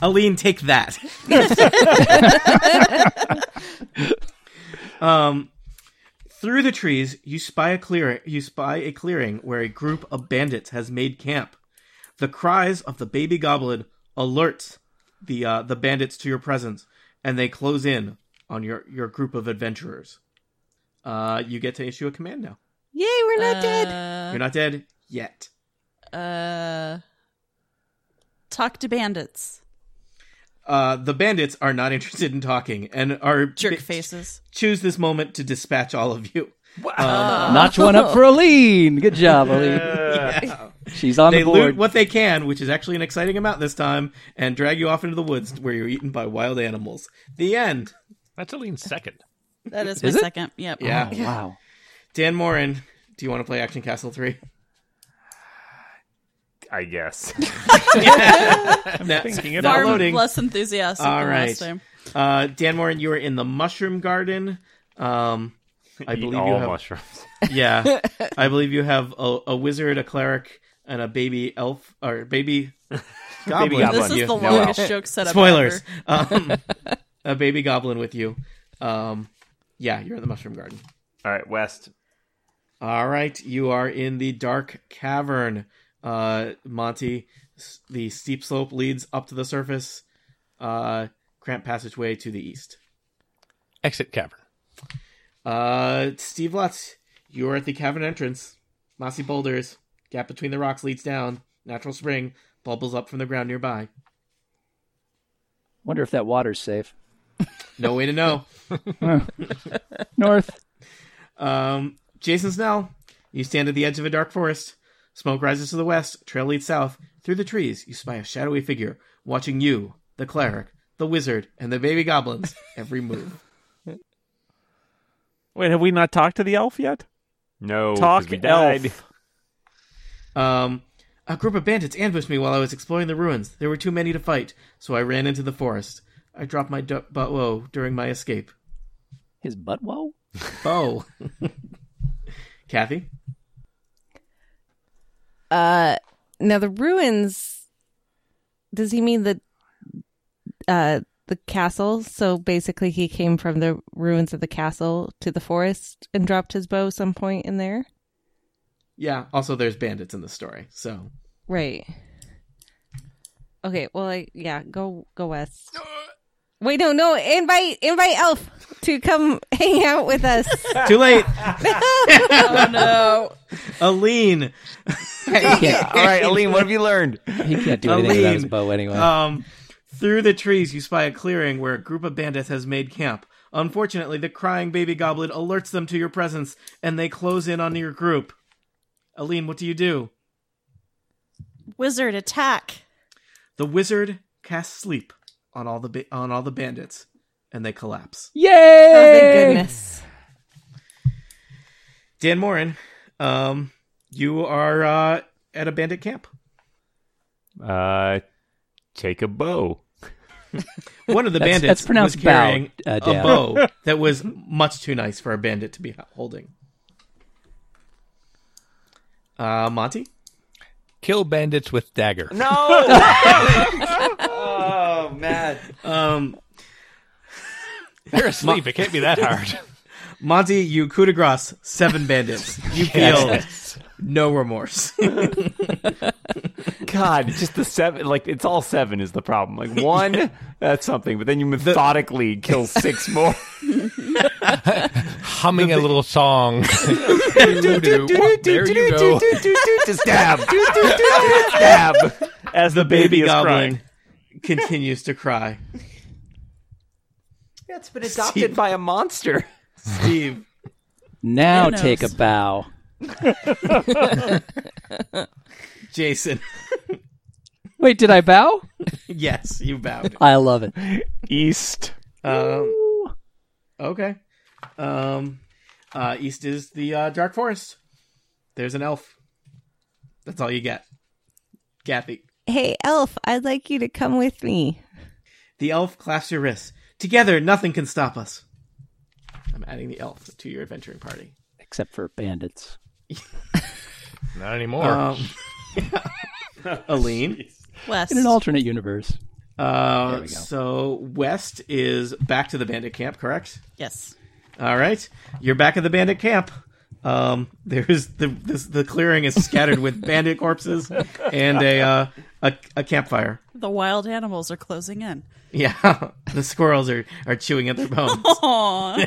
Speaker 1: Aline, take that. um, through the trees, you spy a clearing. You spy a clearing where a group of bandits has made camp. The cries of the baby goblin alerts the uh, the bandits to your presence, and they close in on your your group of adventurers. Uh, you get to issue a command now.
Speaker 4: Yay, we're not dead.
Speaker 1: You're not dead yet.
Speaker 7: Uh, uh, talk to bandits.
Speaker 1: Uh, the bandits are not interested in talking and are
Speaker 7: Jerk
Speaker 1: bi-
Speaker 7: faces.
Speaker 1: choose this moment to dispatch all of you.
Speaker 2: Uh, Notch one up for Aline. Good job, Aline.
Speaker 1: Yeah.
Speaker 2: She's on
Speaker 1: They
Speaker 2: the board.
Speaker 1: loot what they can, which is actually an exciting amount this time, and drag you off into the woods where you're eaten by wild animals. The end.
Speaker 6: That's Aline's second.
Speaker 7: That is,
Speaker 2: Is
Speaker 7: my
Speaker 2: it?
Speaker 7: second. Yep. Uh-huh.
Speaker 1: Yeah.
Speaker 2: Oh, wow.
Speaker 1: Dan Morin, do you want to play Action Castle 3?
Speaker 5: I guess.
Speaker 1: Nah,
Speaker 3: Thinking
Speaker 1: not
Speaker 3: about
Speaker 7: Far
Speaker 3: it.
Speaker 1: loading.
Speaker 7: less enthusiastic
Speaker 1: All
Speaker 7: than
Speaker 1: right.
Speaker 7: last time.
Speaker 1: Uh, Dan Morin, you were in the Mushroom Garden. Um, I
Speaker 5: Eat
Speaker 1: believe
Speaker 5: all
Speaker 1: you have.
Speaker 5: mushrooms.
Speaker 1: Yeah. I believe you have a, a wizard, a cleric, and a baby elf, or baby goblin.
Speaker 5: goblin.
Speaker 1: with
Speaker 7: This
Speaker 1: you.
Speaker 7: is the
Speaker 5: No.
Speaker 7: longest joke setup.
Speaker 1: Spoilers.
Speaker 7: ever.
Speaker 1: Um, a baby goblin with you. Um, yeah, you're in the Mushroom Garden.
Speaker 5: All right, West.
Speaker 1: All right, you are in the dark cavern, uh, Monty. S- The steep slope leads up to the surface. Uh, cramped passageway to the east.
Speaker 6: Exit cavern.
Speaker 1: Uh, Steve Lutz, you are at the cavern entrance. Mossy boulders, gap between the rocks leads down. Natural spring bubbles up from the ground nearby.
Speaker 2: Wonder if that water's safe.
Speaker 1: No way to know.
Speaker 2: North.
Speaker 1: Um, Jason Snell, you stand at the edge of a dark forest. Smoke rises to the west, trail leads south. Through the trees, you spy a shadowy figure watching you, the cleric, the wizard, and the baby goblins every move.
Speaker 3: Wait, have we not talked to the elf yet?
Speaker 5: No. 'cause
Speaker 3: Talk
Speaker 5: we died.
Speaker 3: elf.
Speaker 1: Um, a group of bandits ambushed me while I was exploring the ruins. There were too many to fight, so I ran into the forest. I dropped my du- bow during my escape.
Speaker 2: His butt whoa?
Speaker 1: Bow. Kathy?
Speaker 4: Uh, now the ruins. Does he mean the, uh, the castle? So basically, he came from the ruins of the castle to the forest and dropped his bow some point in there.
Speaker 1: Yeah, also there's bandits in the story, so.
Speaker 4: Right. Okay. Well, I, yeah. Go go west. Wait, no, no. Invite invite Elf to come hang out with us.
Speaker 1: Too late.
Speaker 7: oh no.
Speaker 1: Aline.
Speaker 2: Yeah.
Speaker 5: All right, Aline, what have you learned?
Speaker 2: He can't do anything without his
Speaker 1: Aline,
Speaker 2: bow anyway.
Speaker 1: Um, through the trees, you spy a clearing where a group of bandits has made camp. Unfortunately, the crying baby goblin alerts them to your presence, and they close in on your group. Aline, what do you do?
Speaker 7: Wizard attack.
Speaker 1: The wizard casts sleep on all the ba- on all the bandits, and they collapse.
Speaker 2: Yay!
Speaker 4: Oh, thank goodness.
Speaker 1: Dan Morin, um, you are uh, at a bandit camp.
Speaker 5: Uh, take a bow.
Speaker 1: One of the
Speaker 2: That's-
Speaker 1: bandits
Speaker 2: that's pronounced
Speaker 1: was carrying
Speaker 2: bow, uh,
Speaker 1: a
Speaker 2: Dan.
Speaker 1: bow that was much too nice for a bandit to be holding. Uh, Monty.
Speaker 6: Kill bandits with dagger.
Speaker 5: No. oh man.
Speaker 1: Um,
Speaker 6: They're asleep. it can't be that hard.
Speaker 1: Monty, you coup de grace seven bandits. You feel no remorse.
Speaker 5: God, it's just the seven. Like it's all seven is the problem. Like one, that's something, but then you methodically kill six more.
Speaker 6: Humming a little song. there you go.
Speaker 5: Stab. Stab.
Speaker 3: As the baby,
Speaker 1: Baby
Speaker 3: is
Speaker 1: Goblin
Speaker 3: crying.
Speaker 1: continues to cry.
Speaker 5: That's been adopted by a monster.
Speaker 1: Steve,
Speaker 2: Now
Speaker 7: Thanos.
Speaker 2: take a bow.
Speaker 1: Jason.
Speaker 2: Wait, did I bow?
Speaker 1: yes, you bowed.
Speaker 2: I love it.
Speaker 3: East.
Speaker 1: Um, okay. Um, uh, east is the uh, Dark Forest. There's an elf. That's all you get. Kathy.
Speaker 4: Hey, Elf, I'd like you to come with me.
Speaker 1: The elf clasps your wrists. Together, nothing can stop us. I'm adding the elf to your adventuring party.
Speaker 2: Except for bandits.
Speaker 6: Not anymore.
Speaker 1: Um, Aline.
Speaker 7: West.
Speaker 2: In an alternate universe.
Speaker 1: Uh, so West is back to the bandit camp, correct?
Speaker 7: yes.
Speaker 1: All right, you're back at the bandit camp. Um, there's the this, the clearing is scattered with bandit corpses and a, uh, a a campfire.
Speaker 7: The wild animals are closing in.
Speaker 1: Yeah, the squirrels are are chewing at their bones.
Speaker 7: Aw.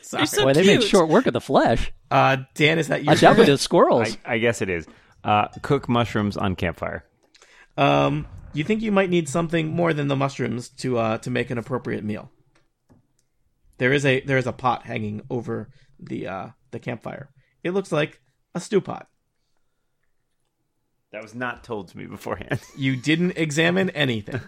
Speaker 1: Sorry.
Speaker 7: so-
Speaker 2: Boy, they made
Speaker 7: Cute.
Speaker 2: short work of the flesh.
Speaker 1: Uh, Dan, is that your
Speaker 2: Watch out for
Speaker 1: turn?
Speaker 2: those squirrels.
Speaker 5: I, I guess it is. Uh, cook mushrooms on campfire.
Speaker 1: Um, you think you might need something more than the mushrooms to uh to make an appropriate meal. There is a there is a pot hanging over the uh the campfire. It looks like a stew pot.
Speaker 5: That was not told to me beforehand.
Speaker 1: You didn't examine anything.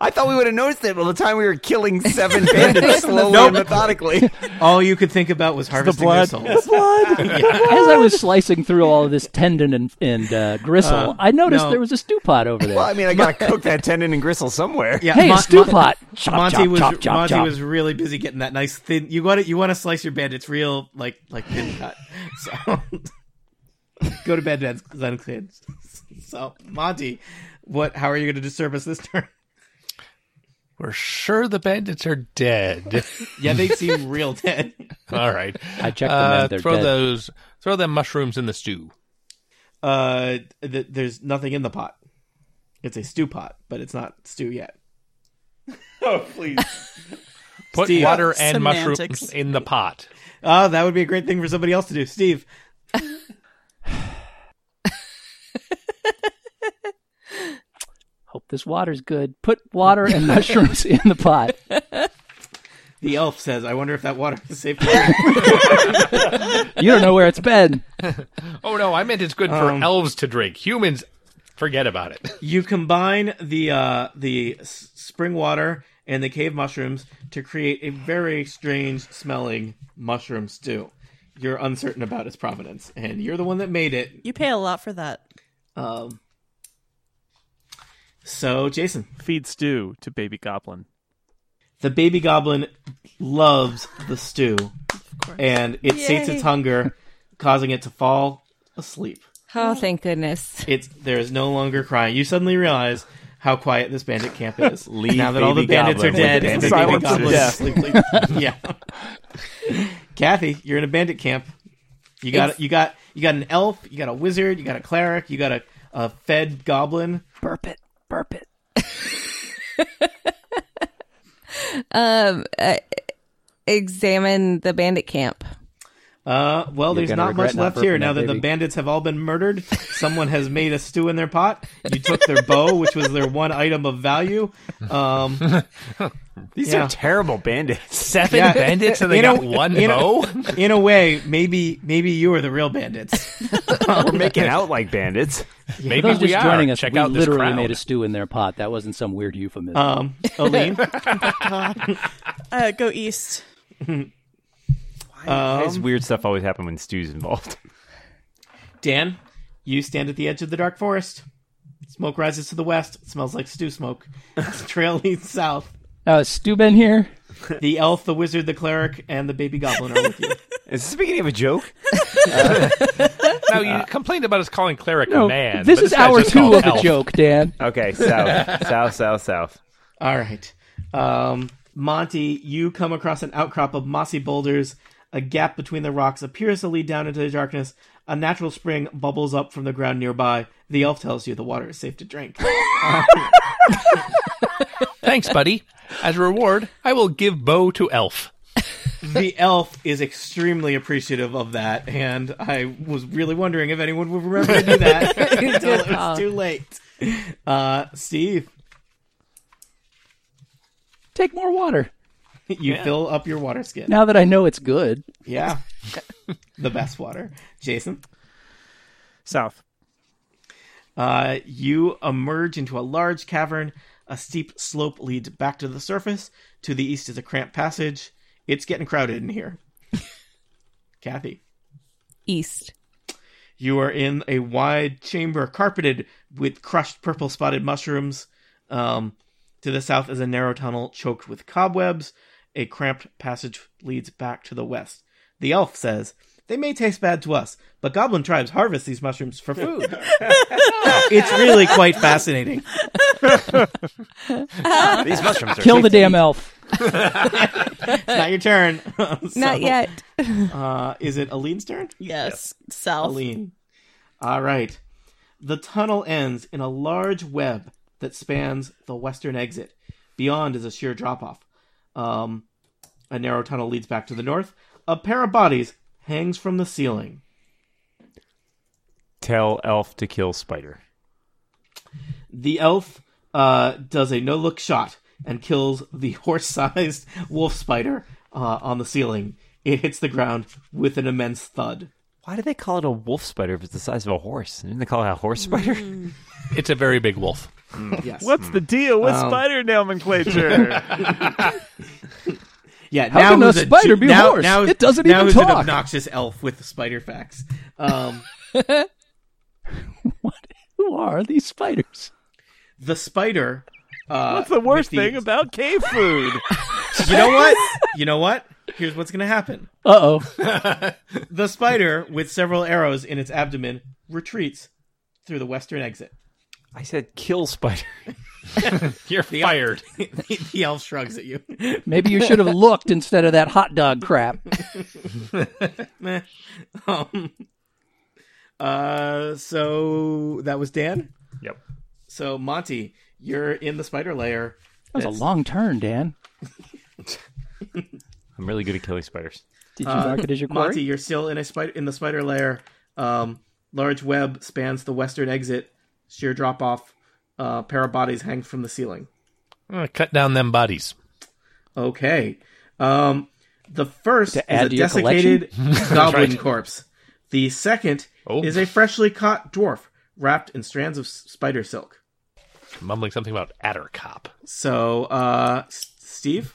Speaker 5: I thought we would have noticed it by the time we were killing seven bandits slowly and methodically.
Speaker 1: All you could think about was harvesting their
Speaker 3: blood.
Speaker 1: souls.
Speaker 2: As I was slicing through all of this tendon and, and uh, gristle, I noticed
Speaker 1: no.
Speaker 2: there was a stew pot over there.
Speaker 5: Well, I mean, I gotta cook that tendon and gristle somewhere.
Speaker 1: Yeah,
Speaker 2: hey,
Speaker 1: Mon-
Speaker 2: a stew
Speaker 1: Mon-
Speaker 2: pot. Chop,
Speaker 1: Monty
Speaker 2: chop,
Speaker 1: was
Speaker 2: chop, chop,
Speaker 1: Monty
Speaker 2: chop.
Speaker 1: was really busy getting that nice thin. You got it. You want to slice your bandits real like like thin cut. So go to bed, Zen- Zen kids. So Monty, what? How are you going to disturb us this turn?
Speaker 6: We're sure the bandits are dead.
Speaker 1: Yeah, they seem real dead.
Speaker 6: All right.
Speaker 2: I checked them
Speaker 6: Uh,
Speaker 2: and they're
Speaker 6: throw
Speaker 2: dead.
Speaker 6: those. Throw them mushrooms in the stew.
Speaker 1: Uh, th- there's nothing in the pot. It's a stew pot, but it's not stew yet.
Speaker 6: Put
Speaker 1: Steve.
Speaker 6: water and
Speaker 7: Semantics.
Speaker 6: mushrooms in the pot.
Speaker 1: Oh, that would be a great thing for somebody else to do, Steve.
Speaker 2: Hope this water's good. Put water and mushrooms in the pot.
Speaker 1: The elf says, "I wonder if that water is safe." to drink."
Speaker 2: You don't know where it's been.
Speaker 6: Oh no, I meant it's good for
Speaker 2: Um,
Speaker 6: elves to drink. Humans, forget about it.
Speaker 1: you combine the uh, the s- spring water and the cave mushrooms to create a very strange smelling mushroom stew. You're uncertain about its provenance, and you're the one that made it.
Speaker 7: You pay a lot for that.
Speaker 1: Um, so, Jason,
Speaker 3: Feed stew to baby goblin.
Speaker 1: the baby goblin loves the stew, and it sates
Speaker 7: Yay.
Speaker 1: its hunger, causing it to fall asleep.
Speaker 4: Oh, thank goodness.
Speaker 1: It's there is no longer crying. You suddenly realize how quiet this bandit camp is.
Speaker 5: Leave
Speaker 1: now that all the
Speaker 5: baby
Speaker 1: bandits are
Speaker 5: goblin
Speaker 1: dead,
Speaker 5: with the
Speaker 1: and the baby
Speaker 5: silence of
Speaker 1: goblin is
Speaker 5: death.
Speaker 1: sleeping. yeah. Kathy, you're in a bandit camp. You got you got you got an elf, you got a wizard, you got a cleric, you got a, a fed goblin.
Speaker 2: Burp it. Burp it.
Speaker 4: um, uh, examine the bandit camp.
Speaker 1: Uh, well,
Speaker 5: You're
Speaker 1: there's
Speaker 5: gonna
Speaker 1: not much
Speaker 5: regret not
Speaker 1: left here
Speaker 5: burping
Speaker 1: now
Speaker 5: that
Speaker 1: that
Speaker 5: baby.
Speaker 1: the bandits have all been murdered. Someone has made a stew in their pot. You took their bow, which was their one item of value. Um,
Speaker 5: These
Speaker 1: Yeah.
Speaker 5: are terrible bandits.
Speaker 6: Seven
Speaker 1: Yeah.
Speaker 6: bandits and they
Speaker 1: You
Speaker 6: got
Speaker 1: know-
Speaker 6: one
Speaker 1: you know-
Speaker 6: bow?
Speaker 1: in a way, maybe maybe you are the real bandits.
Speaker 5: We're making out like bandits.
Speaker 6: Maybe
Speaker 2: For those
Speaker 6: we
Speaker 2: just
Speaker 6: are.
Speaker 2: joining us,
Speaker 6: Check
Speaker 2: we
Speaker 6: out this
Speaker 2: literally
Speaker 6: crowd.
Speaker 2: made a stew in their pot. That wasn't some weird euphemism.
Speaker 1: Um, Aline,
Speaker 7: Uh, go east.
Speaker 5: Why does weird stuff always happen when Stu's involved.
Speaker 1: Dan, you stand at the edge of the dark forest. Smoke rises to the west. It smells like stew smoke. The trail leads south.
Speaker 2: uh, has Stu been here?
Speaker 1: The elf, the wizard, the cleric, and the baby goblin are with you.
Speaker 5: Is this the beginning of a joke?
Speaker 6: Now, you complained about us calling Cleric a man.
Speaker 2: this
Speaker 6: but
Speaker 2: is
Speaker 6: guy's
Speaker 2: hour
Speaker 6: just
Speaker 2: two
Speaker 6: called
Speaker 2: of the
Speaker 6: elf.
Speaker 2: joke, Dan.
Speaker 5: Okay, south, south, south, south.
Speaker 1: All right. Um, Monty, you come across an outcrop of mossy boulders. A gap between the rocks appears to lead down into the darkness. A natural spring bubbles up from the ground nearby. The elf tells you the water is safe to drink.
Speaker 6: Thanks, buddy. As a reward, I will give bow to elf.
Speaker 1: the elf is extremely appreciative of that, and I was really wondering if anyone would remember to do that until it was too late. Uh, Steve,
Speaker 2: Take more water.
Speaker 1: you fill up your water skin.
Speaker 2: Now that I know it's good,
Speaker 1: Yeah. the best water. Jason?
Speaker 3: South.
Speaker 1: Uh, you emerge into a large cavern. A steep slope leads back to the surface. To the east is a cramped passage. It's getting crowded in here. Kathy,
Speaker 4: East.
Speaker 1: you are in a wide chamber carpeted with crushed purple spotted mushrooms. Um, to the south is a narrow tunnel choked with cobwebs. A cramped passage leads back to the west. The elf says, They may taste bad to us, but goblin tribes harvest these mushrooms for food. it's really quite fascinating.
Speaker 5: These mushrooms are
Speaker 2: kill the damn elf.
Speaker 1: It's not your turn. So,
Speaker 4: Not yet.
Speaker 1: Uh, is it Aline's turn?
Speaker 7: Yes, south.
Speaker 1: Aline. All right. The tunnel ends in a large web that spans the western exit. Beyond is a sheer drop off. Um, a narrow tunnel leads back to the north. A pair of bodies hangs from the ceiling.
Speaker 5: Tell elf to kill spider.
Speaker 1: The elf uh, does a no look shot and kills the horse sized wolf spider uh, on the ceiling. It hits the ground with an immense thud.
Speaker 5: Why do they call it a wolf spider if it's the size of a horse? Didn't they call it a horse spider?
Speaker 6: It's a very big wolf.
Speaker 1: Yes.
Speaker 5: Hmm.
Speaker 3: What's the deal
Speaker 5: Um.
Speaker 3: with spider nomenclature?
Speaker 1: Yeah,
Speaker 2: How
Speaker 1: now
Speaker 2: can a
Speaker 1: who's
Speaker 2: spider
Speaker 1: ju-
Speaker 2: be a
Speaker 1: now,
Speaker 2: horse?
Speaker 1: Now,
Speaker 2: It doesn't
Speaker 1: now
Speaker 2: even
Speaker 1: who's
Speaker 2: talk.
Speaker 1: an obnoxious elf with spider facts. Um,
Speaker 2: What? Who are these spiders?
Speaker 1: the spider. Uh,
Speaker 3: That's the worst
Speaker 1: with the-
Speaker 3: thing about cave food.
Speaker 1: You know what? You know what? Here's what's gonna happen.
Speaker 2: Uh oh.
Speaker 1: The spider, with several arrows in its abdomen, retreats through the western exit.
Speaker 5: I said kill spider.
Speaker 6: You're fired.
Speaker 1: the, the elf shrugs at you.
Speaker 2: Maybe you should have looked instead of that hot dog crap.
Speaker 1: Meh. um, uh, so that was Dan.
Speaker 5: Yep.
Speaker 1: So Monty, you're in the spider layer.
Speaker 2: That was a long turn, Dan.
Speaker 5: I'm really good at killing spiders.
Speaker 2: Did
Speaker 3: Uh,
Speaker 2: you mark it as your quarry?
Speaker 1: Monty, you're still in a spider in the spider layer. Um, large web spans the western exit. Sheer drop off. Uh, pair of bodies hang from the ceiling.
Speaker 6: Uh, cut down them bodies.
Speaker 1: Okay. Um, the first is
Speaker 2: add
Speaker 1: a
Speaker 2: to your
Speaker 1: desiccated goblin corpse. The second
Speaker 6: Oh.
Speaker 1: is a freshly caught dwarf wrapped in strands of s- spider silk.
Speaker 6: Mumbling something about Adder Cop.
Speaker 1: So, uh, S- Steve,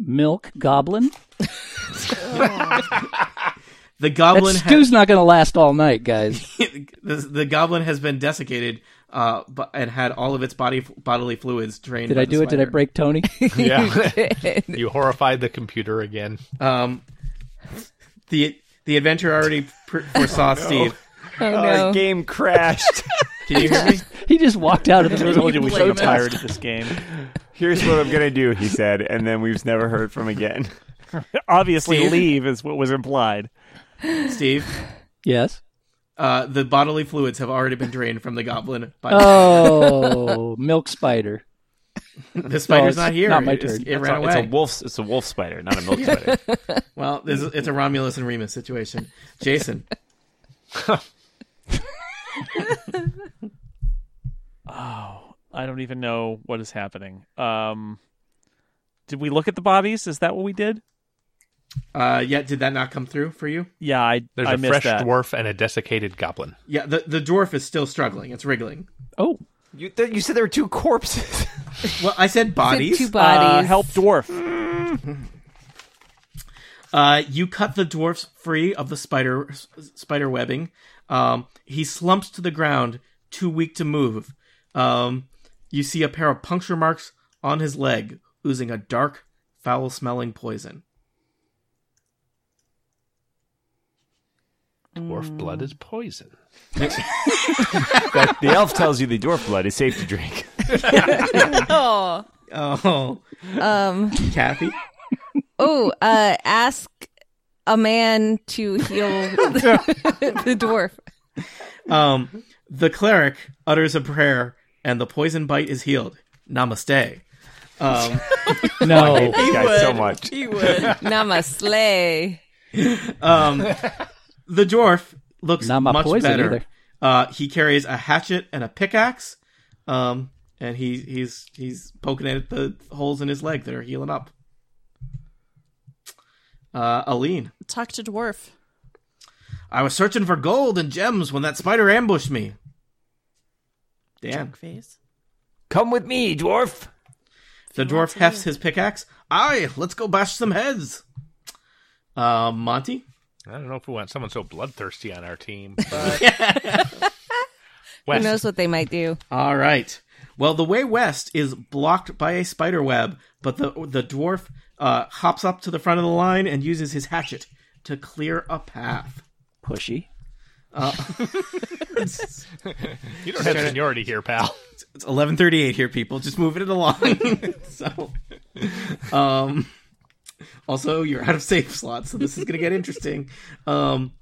Speaker 2: Milk goblin.
Speaker 1: the
Speaker 2: That
Speaker 1: goblin ha-
Speaker 2: stew's not going to last all night, guys.
Speaker 1: the, the goblin has been desiccated uh, bu- and had all of its body bodily fluids drained.
Speaker 2: Did
Speaker 1: by
Speaker 2: I
Speaker 1: the
Speaker 2: do it? Did I
Speaker 1: spider.
Speaker 2: break Tony?
Speaker 6: Yeah. you horrified the computer again.
Speaker 1: Um, the the adventure already pr- foresaw Steve.
Speaker 4: Oh
Speaker 5: Our
Speaker 4: no.
Speaker 5: game crashed.
Speaker 1: Can you hear me?
Speaker 2: he just walked out of the
Speaker 3: I
Speaker 2: room.
Speaker 3: told you we should have tired of this game.
Speaker 5: Here's what I'm gonna do, he said, and then we've never heard from again.
Speaker 3: Obviously,
Speaker 1: Steve?
Speaker 3: leave is what was implied.
Speaker 1: Steve,
Speaker 2: Yes.
Speaker 1: uh, the bodily fluids have already been drained from the goblin. By
Speaker 2: Oh, milk spider.
Speaker 1: The spider's not here.
Speaker 2: Not my
Speaker 1: It- it's-
Speaker 2: turn.
Speaker 1: It
Speaker 5: It's
Speaker 1: ran
Speaker 5: a-
Speaker 1: away.
Speaker 5: It's a wolf. It's a wolf spider, not a milk spider.
Speaker 1: Well, this is, it's a Romulus and Remus situation. Jason,
Speaker 3: Oh, I don't even know what is happening. Um, did we look at the bodies? Is that what we did?
Speaker 1: uh, yeah, did that not come through for you?
Speaker 3: Yeah, I
Speaker 6: There's
Speaker 3: I
Speaker 6: a
Speaker 3: missed
Speaker 6: fresh
Speaker 3: that.
Speaker 6: dwarf and a desiccated goblin.
Speaker 1: Yeah, the the dwarf is still struggling. It's wriggling.
Speaker 2: Oh,
Speaker 5: you, th- you said there were two corpses.
Speaker 1: Well, I said bodies.
Speaker 4: Two
Speaker 3: Uh,
Speaker 4: bodies.
Speaker 3: help dwarf.
Speaker 1: Uh, you cut the dwarfs free of the spider s- spider webbing. Um, he slumps to the ground, too weak to move. Um, you see a pair of puncture marks on his leg, oozing a dark, foul-smelling poison.
Speaker 6: Dwarf
Speaker 2: Mm.
Speaker 6: blood is poison.
Speaker 5: That- the elf tells you the dwarf blood is safe to drink.
Speaker 4: Oh.
Speaker 1: Oh,
Speaker 4: Um.
Speaker 1: Kathy.
Speaker 4: Oh. Uh. Ask a man to heal the, the dwarf.
Speaker 1: Um, the cleric utters a prayer, and the poison bite is healed. Namaste. Um,
Speaker 2: no.
Speaker 5: Thank you guys so much.
Speaker 7: He would.
Speaker 4: Namaste.
Speaker 1: um, the dwarf looks
Speaker 2: Not my
Speaker 1: much
Speaker 2: poison
Speaker 1: better.
Speaker 2: either.
Speaker 1: Uh, he carries a hatchet and a pickaxe, um, and he, he's he's poking at the holes in his leg that are healing up. Uh, Aline,
Speaker 7: Talk to dwarf.
Speaker 1: I was searching for gold and gems when that spider ambushed me. Dan,
Speaker 7: Face.
Speaker 5: Come with me, dwarf.
Speaker 1: the dwarf hefts his pickaxe. Aye, let's go bash some heads. Uh, Monty,
Speaker 6: I don't know if we want someone so bloodthirsty on our team. But...
Speaker 4: Who
Speaker 6: West.
Speaker 4: knows what they might do?
Speaker 1: All right. Well, the way west is blocked by a spider web, but the the dwarf uh, hops up to the front of the line and uses his hatchet to clear a path.
Speaker 2: Pushy.
Speaker 1: It's
Speaker 6: You don't have seniority here, pal.
Speaker 1: eleven thirty eight here, people. Just moving it along. so, um, also you're out of save slots, so this is going to get interesting. Um,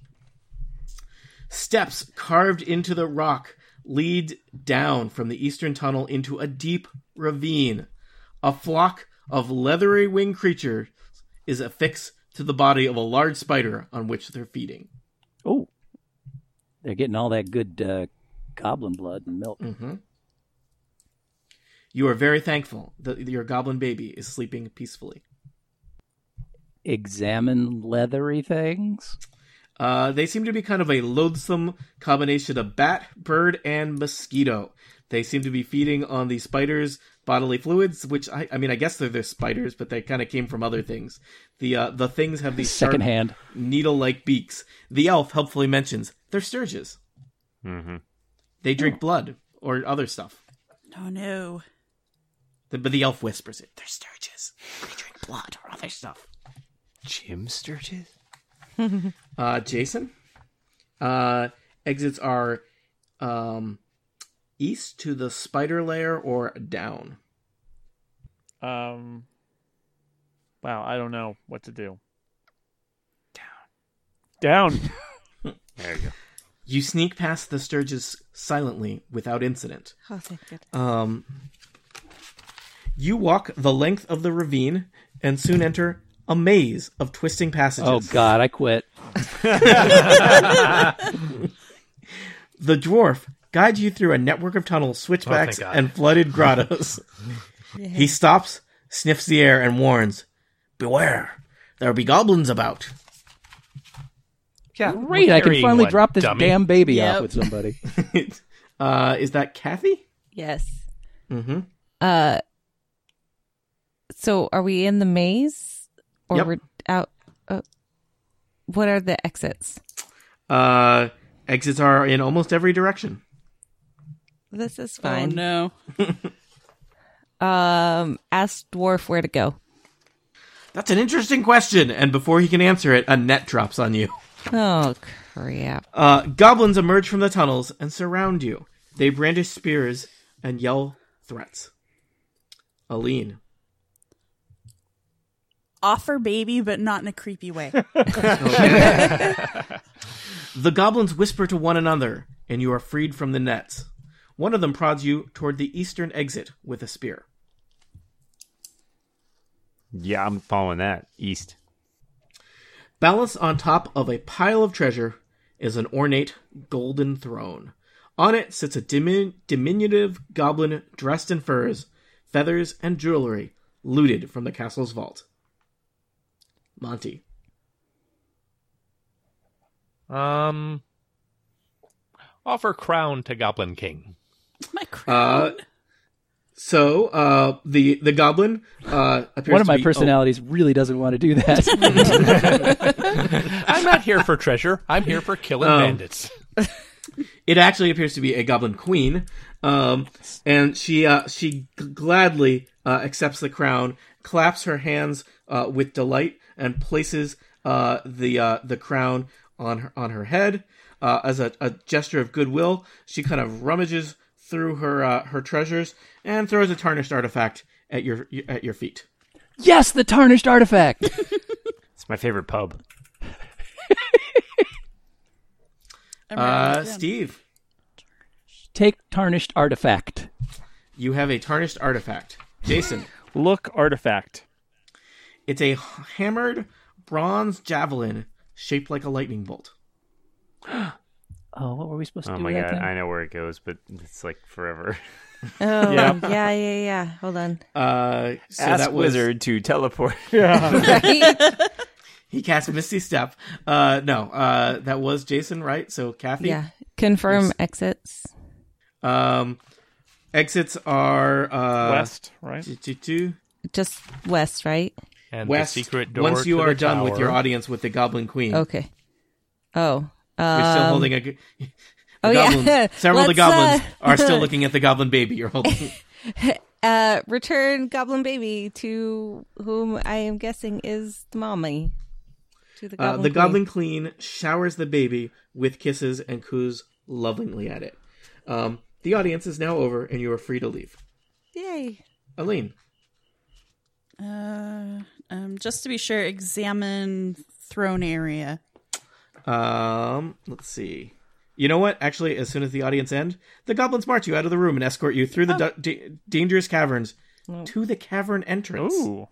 Speaker 1: steps carved into the rock lead down from the eastern tunnel into a deep ravine. A flock of leathery winged creatures is affixed to the body of a large spider on which they're feeding.
Speaker 2: Oh, they're getting all that good uh, goblin blood and milk.
Speaker 3: Mm.
Speaker 1: You are very thankful that your goblin baby is sleeping peacefully.
Speaker 2: Examine leathery things.
Speaker 1: Uh, they seem to be kind of a loathsome combination of bat, bird, and mosquito. They seem to be feeding on the spiders' bodily fluids, which I, I mean, I guess they're, they spiders, but they kind of came from other things. The uh, the things have these sharp,
Speaker 2: Secondhand.
Speaker 1: needle-like beaks. The elf helpfully mentions they're sturges.
Speaker 5: Mhm.
Speaker 1: They drink blood or other stuff.
Speaker 7: Oh no.
Speaker 1: The, but the elf whispers it. They're sturges. They drink blood or other stuff.
Speaker 5: Jim Sturgis.
Speaker 1: Uh, Jason, uh, exits are um, east to the spider layer or down.
Speaker 3: Um, wow, I don't know what to do. Down, down.
Speaker 1: You sneak past the Sturges silently without incident.
Speaker 4: Oh, thank goodness.
Speaker 1: Um, you walk the length of the ravine and soon enter a maze of twisting passages.
Speaker 2: Oh God, I quit.
Speaker 1: The dwarf guides you through a network of tunnels, switchbacks,
Speaker 6: God.
Speaker 1: and flooded grottos. He stops, sniffs the air, and warns, Beware, there'll be goblins about.
Speaker 6: Yeah,
Speaker 2: Great, I can finally drop this damn baby
Speaker 7: Yep.
Speaker 2: off with somebody.
Speaker 1: uh, is that Kathy?
Speaker 4: Yes.
Speaker 1: Mm-hmm.
Speaker 4: Uh. So, are we in the maze, or
Speaker 1: Yep.
Speaker 4: we're out? Uh, what are the exits?
Speaker 1: Uh, exits are in almost every direction.
Speaker 4: This is
Speaker 7: Oh
Speaker 4: fine.
Speaker 7: no.
Speaker 4: Um, ask dwarf where to go.
Speaker 1: That's an interesting question. And before he can answer it, a net drops on you.
Speaker 4: Oh crap!
Speaker 1: Uh, goblins emerge from the tunnels and surround you. They brandish spears and yell threats. Aline.
Speaker 7: Offer baby, but not in a creepy way.
Speaker 1: The goblins whisper to one another, and you are freed from the nets. One of them prods you toward the eastern exit with a spear.
Speaker 5: Yeah, I'm following that. East.
Speaker 1: Balanced on top of a pile of treasure is an ornate golden throne. On it sits a dimin- diminutive goblin dressed in furs, feathers, and jewelry looted from the castle's vault. Monty.
Speaker 6: Um, offer crown to Goblin King.
Speaker 7: My
Speaker 1: Uh,
Speaker 7: crown.
Speaker 1: so uh, the the goblin uh, appears
Speaker 2: One of
Speaker 1: to
Speaker 2: my
Speaker 5: Oh.
Speaker 1: be-
Speaker 2: personalities really doesn't want to do that.
Speaker 6: I'm not here for treasure. I'm here for killing bandits.
Speaker 1: oh, it actually appears to be a goblin queen, um, and she uh, she g- gladly uh, accepts the crown, claps her hands uh, with delight, and places uh, the uh, the crown on her, on her head uh, as a, a gesture of goodwill. She kind of rummages through her uh, her treasures and throws a tarnished artifact at your at your feet.
Speaker 2: yes, the tarnished artifact.
Speaker 5: It's my favorite pub.
Speaker 7: I'm
Speaker 1: Uh,
Speaker 7: ready.
Speaker 1: Steve.
Speaker 2: Take tarnished artifact.
Speaker 1: You have a tarnished artifact. Jason,
Speaker 3: Look, artifact.
Speaker 1: it's a hammered bronze javelin shaped like a lightning bolt.
Speaker 2: Oh, what were we supposed to
Speaker 5: Oh
Speaker 2: do
Speaker 5: my
Speaker 2: with that
Speaker 5: god,
Speaker 2: thing?
Speaker 5: I know where it goes, but it's like forever.
Speaker 4: Oh,
Speaker 3: Yeah.
Speaker 4: yeah, yeah, yeah. Hold on.
Speaker 1: Uh, so
Speaker 5: Ask
Speaker 1: that was,
Speaker 5: wizard to teleport.
Speaker 1: He cast Misty Step. Uh, no, uh, that was Jason, right? So Kathy.
Speaker 4: yeah. Confirm exits.
Speaker 1: Um, exits are uh,
Speaker 3: West, right?
Speaker 1: two, two, two.
Speaker 4: Just west, right?
Speaker 6: and
Speaker 1: West.
Speaker 6: the secret door.
Speaker 1: Once you
Speaker 6: to
Speaker 1: are
Speaker 6: the
Speaker 1: done with
Speaker 6: tower.
Speaker 1: your audience with the Goblin Queen,
Speaker 4: Okay. Oh. Um,
Speaker 1: you're still holding a. g- the
Speaker 4: oh, yeah.
Speaker 1: goblin, Several of the
Speaker 4: Let's,
Speaker 1: goblins
Speaker 4: uh,
Speaker 1: are still looking at the goblin baby you're holding.
Speaker 4: uh, return Goblin Baby to whom I am guessing is the mommy. To the
Speaker 1: Uh,
Speaker 4: Goblin.
Speaker 1: the
Speaker 4: Queen.
Speaker 1: Goblin Queen showers the baby with kisses and coos lovingly at it. Um, the audience is now over, and you are free to leave.
Speaker 4: Yay.
Speaker 1: Aline,
Speaker 7: Uh, um, just to be sure, examine throne area.
Speaker 1: um, let's see. You know what? Actually, as soon as the audience end, the goblins march you out of the room and escort you through the du- da- dangerous caverns to the cavern entrance.
Speaker 3: Ooh.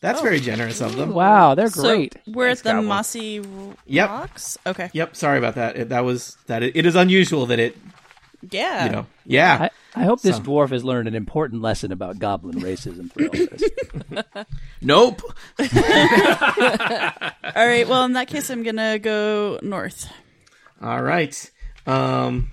Speaker 1: That's very generous of them.
Speaker 2: Wow, they're great.
Speaker 7: So we're at the
Speaker 5: Goblin.
Speaker 7: mossy r-
Speaker 1: Yep.
Speaker 7: rocks. Okay.
Speaker 1: Yep. Sorry about that. It, that was that. It, it is unusual that it.
Speaker 7: Yeah.
Speaker 1: You know. Yeah.
Speaker 2: I, I hope this dwarf has learned an important lesson about goblin racism for all this.
Speaker 1: nope.
Speaker 7: All right. Well, in that case, I'm gonna go north.
Speaker 1: All right. Um,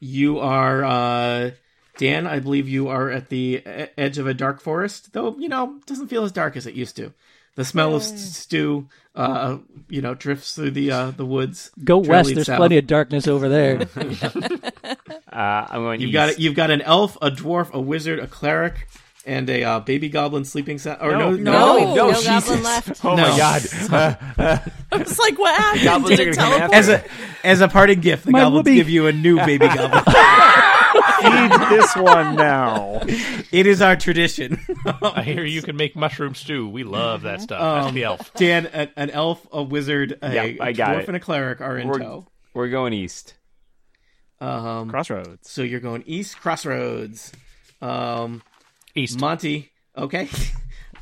Speaker 1: you are uh, Dan. I believe you are at the e- edge of a dark forest, though. You know, doesn't feel as dark as it used to. The smell of s- stew, uh, you know, drifts through the uh, the woods.
Speaker 2: Go
Speaker 1: Trail
Speaker 2: west.
Speaker 1: leads
Speaker 2: There's
Speaker 1: south.
Speaker 2: plenty of darkness over there.
Speaker 5: Uh, I'm going.
Speaker 1: You've
Speaker 5: east.
Speaker 1: got it. You've got an elf, a dwarf, a wizard, a cleric, and a uh, baby goblin sleeping sound. Or no,
Speaker 3: No,
Speaker 4: No, no
Speaker 5: Jesus.
Speaker 4: goblin left.
Speaker 5: Oh
Speaker 1: No.
Speaker 5: my god!
Speaker 7: It's like what happened?
Speaker 5: Goblins
Speaker 7: Did it
Speaker 5: are gonna come
Speaker 7: teleport?
Speaker 5: after
Speaker 1: As a as a party gift, the
Speaker 2: My
Speaker 1: goblins
Speaker 2: whoopee.
Speaker 1: give you a new baby goblin.
Speaker 3: Feed this one now.
Speaker 1: it is our tradition.
Speaker 6: I hear you can make mushroom stew. We love
Speaker 1: Mhm.
Speaker 6: that stuff. Ask
Speaker 1: Um,
Speaker 6: the elf.
Speaker 1: Dan, an, an elf, a wizard, a
Speaker 5: Yeah, I got
Speaker 1: dwarf,
Speaker 5: it.
Speaker 1: and a cleric are in
Speaker 5: We're-
Speaker 1: tow.
Speaker 5: We're going east.
Speaker 1: Um,
Speaker 3: Crossroads.
Speaker 1: so you're going east, crossroads. Um,
Speaker 6: East.
Speaker 1: Monty, okay.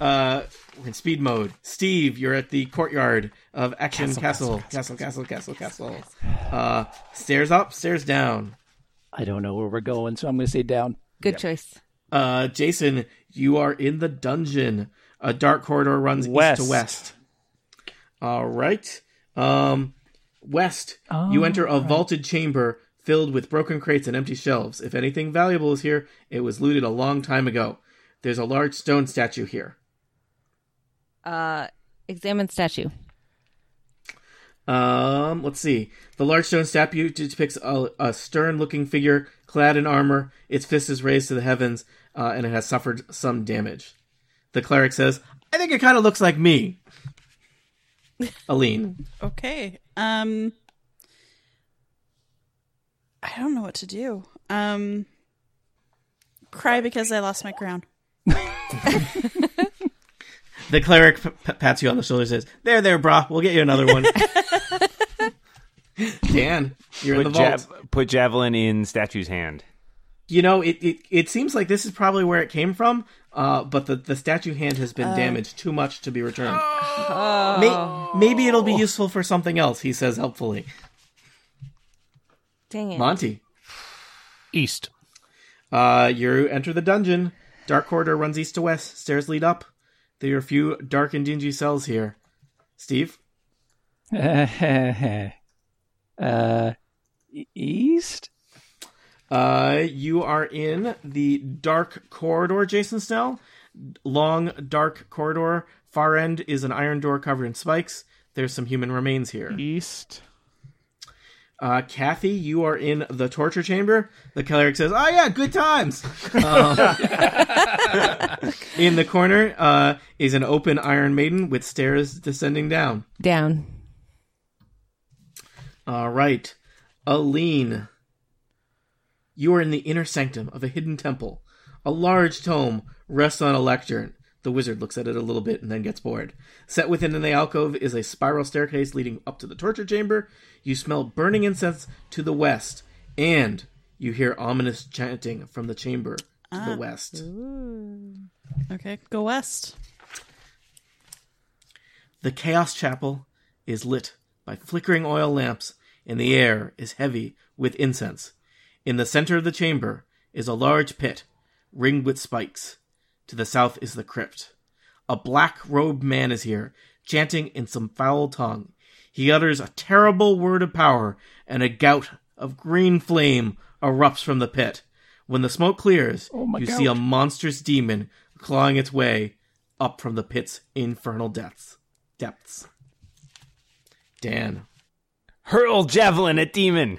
Speaker 1: Uh, we're in speed mode. Steve, you're at the courtyard of Action Castle. Castle, castle, castle, castle. Uh, stairs up, stairs down.
Speaker 2: I don't know where we're going, so I'm going to say down.
Speaker 4: Good choice.
Speaker 1: Uh, Jason, you are in the dungeon. A dark corridor runs east
Speaker 3: West.
Speaker 1: to west. All right. Um, west, you enter a vaulted chamber filled with broken crates and empty shelves. If anything valuable is here, it was looted a long time ago. There's a large stone statue here.
Speaker 4: Uh, examine statue.
Speaker 1: Um, let's see. The large stone statue depicts a, a stern-looking figure clad in armor. Its fist is raised to the heavens, uh, and it has suffered some damage. The cleric says, "I think it kind of looks like me." Aline,
Speaker 7: Okay. Um I don't know what to do. Um cry because I lost my crown.
Speaker 1: the cleric p- p- pats you on the shoulder and says, "There, there, brah. We'll get you another one." Dan, you're in the
Speaker 5: Put,
Speaker 1: vault.
Speaker 5: jav- put javelin in statue's hand.
Speaker 1: You know, it, it it seems like this is probably where it came from. uh, but the, the statue hand has been
Speaker 7: Oh.
Speaker 1: damaged too much to be returned. May- maybe it'll be useful for something else, he says helpfully.
Speaker 4: Dang it.
Speaker 1: Monty,
Speaker 6: East.
Speaker 1: uh, you enter the dungeon. Dark corridor runs east to west. Stairs lead up. There are a few dark and dingy cells here. Steve,
Speaker 2: uh, e- east?
Speaker 1: uh, you are in the dark corridor, Jason Snell. Long, dark corridor. Far end is an iron door covered in spikes. There's some human remains here.
Speaker 3: East.
Speaker 1: Uh, Kathy, you are in the torture chamber. The cleric says, "Oh yeah, good times." Um, in the corner uh, is an open Iron Maiden with stairs descending down.
Speaker 4: Down.
Speaker 1: All right, Aline, you are in the inner sanctum of a hidden temple. A large tome rests on a lectern. The wizard looks at it a little bit and then gets bored. Set within the alcove is a spiral staircase leading up to the torture chamber. You smell burning incense to the west, and you hear ominous chanting from the chamber to the west.
Speaker 7: Okay, go west.
Speaker 1: The Chaos Chapel is lit by flickering oil lamps, and the air is heavy with incense. In the center of the chamber is a large pit, ringed with spikes. To the south is the crypt. A black robed man is here, chanting in some foul tongue. He utters a terrible word of power, and a gout of green flame erupts from the pit. When the smoke clears, you see a monstrous demon clawing its way up from the pit's infernal depths. Depths. Dan.
Speaker 5: Hurl javelin at demon.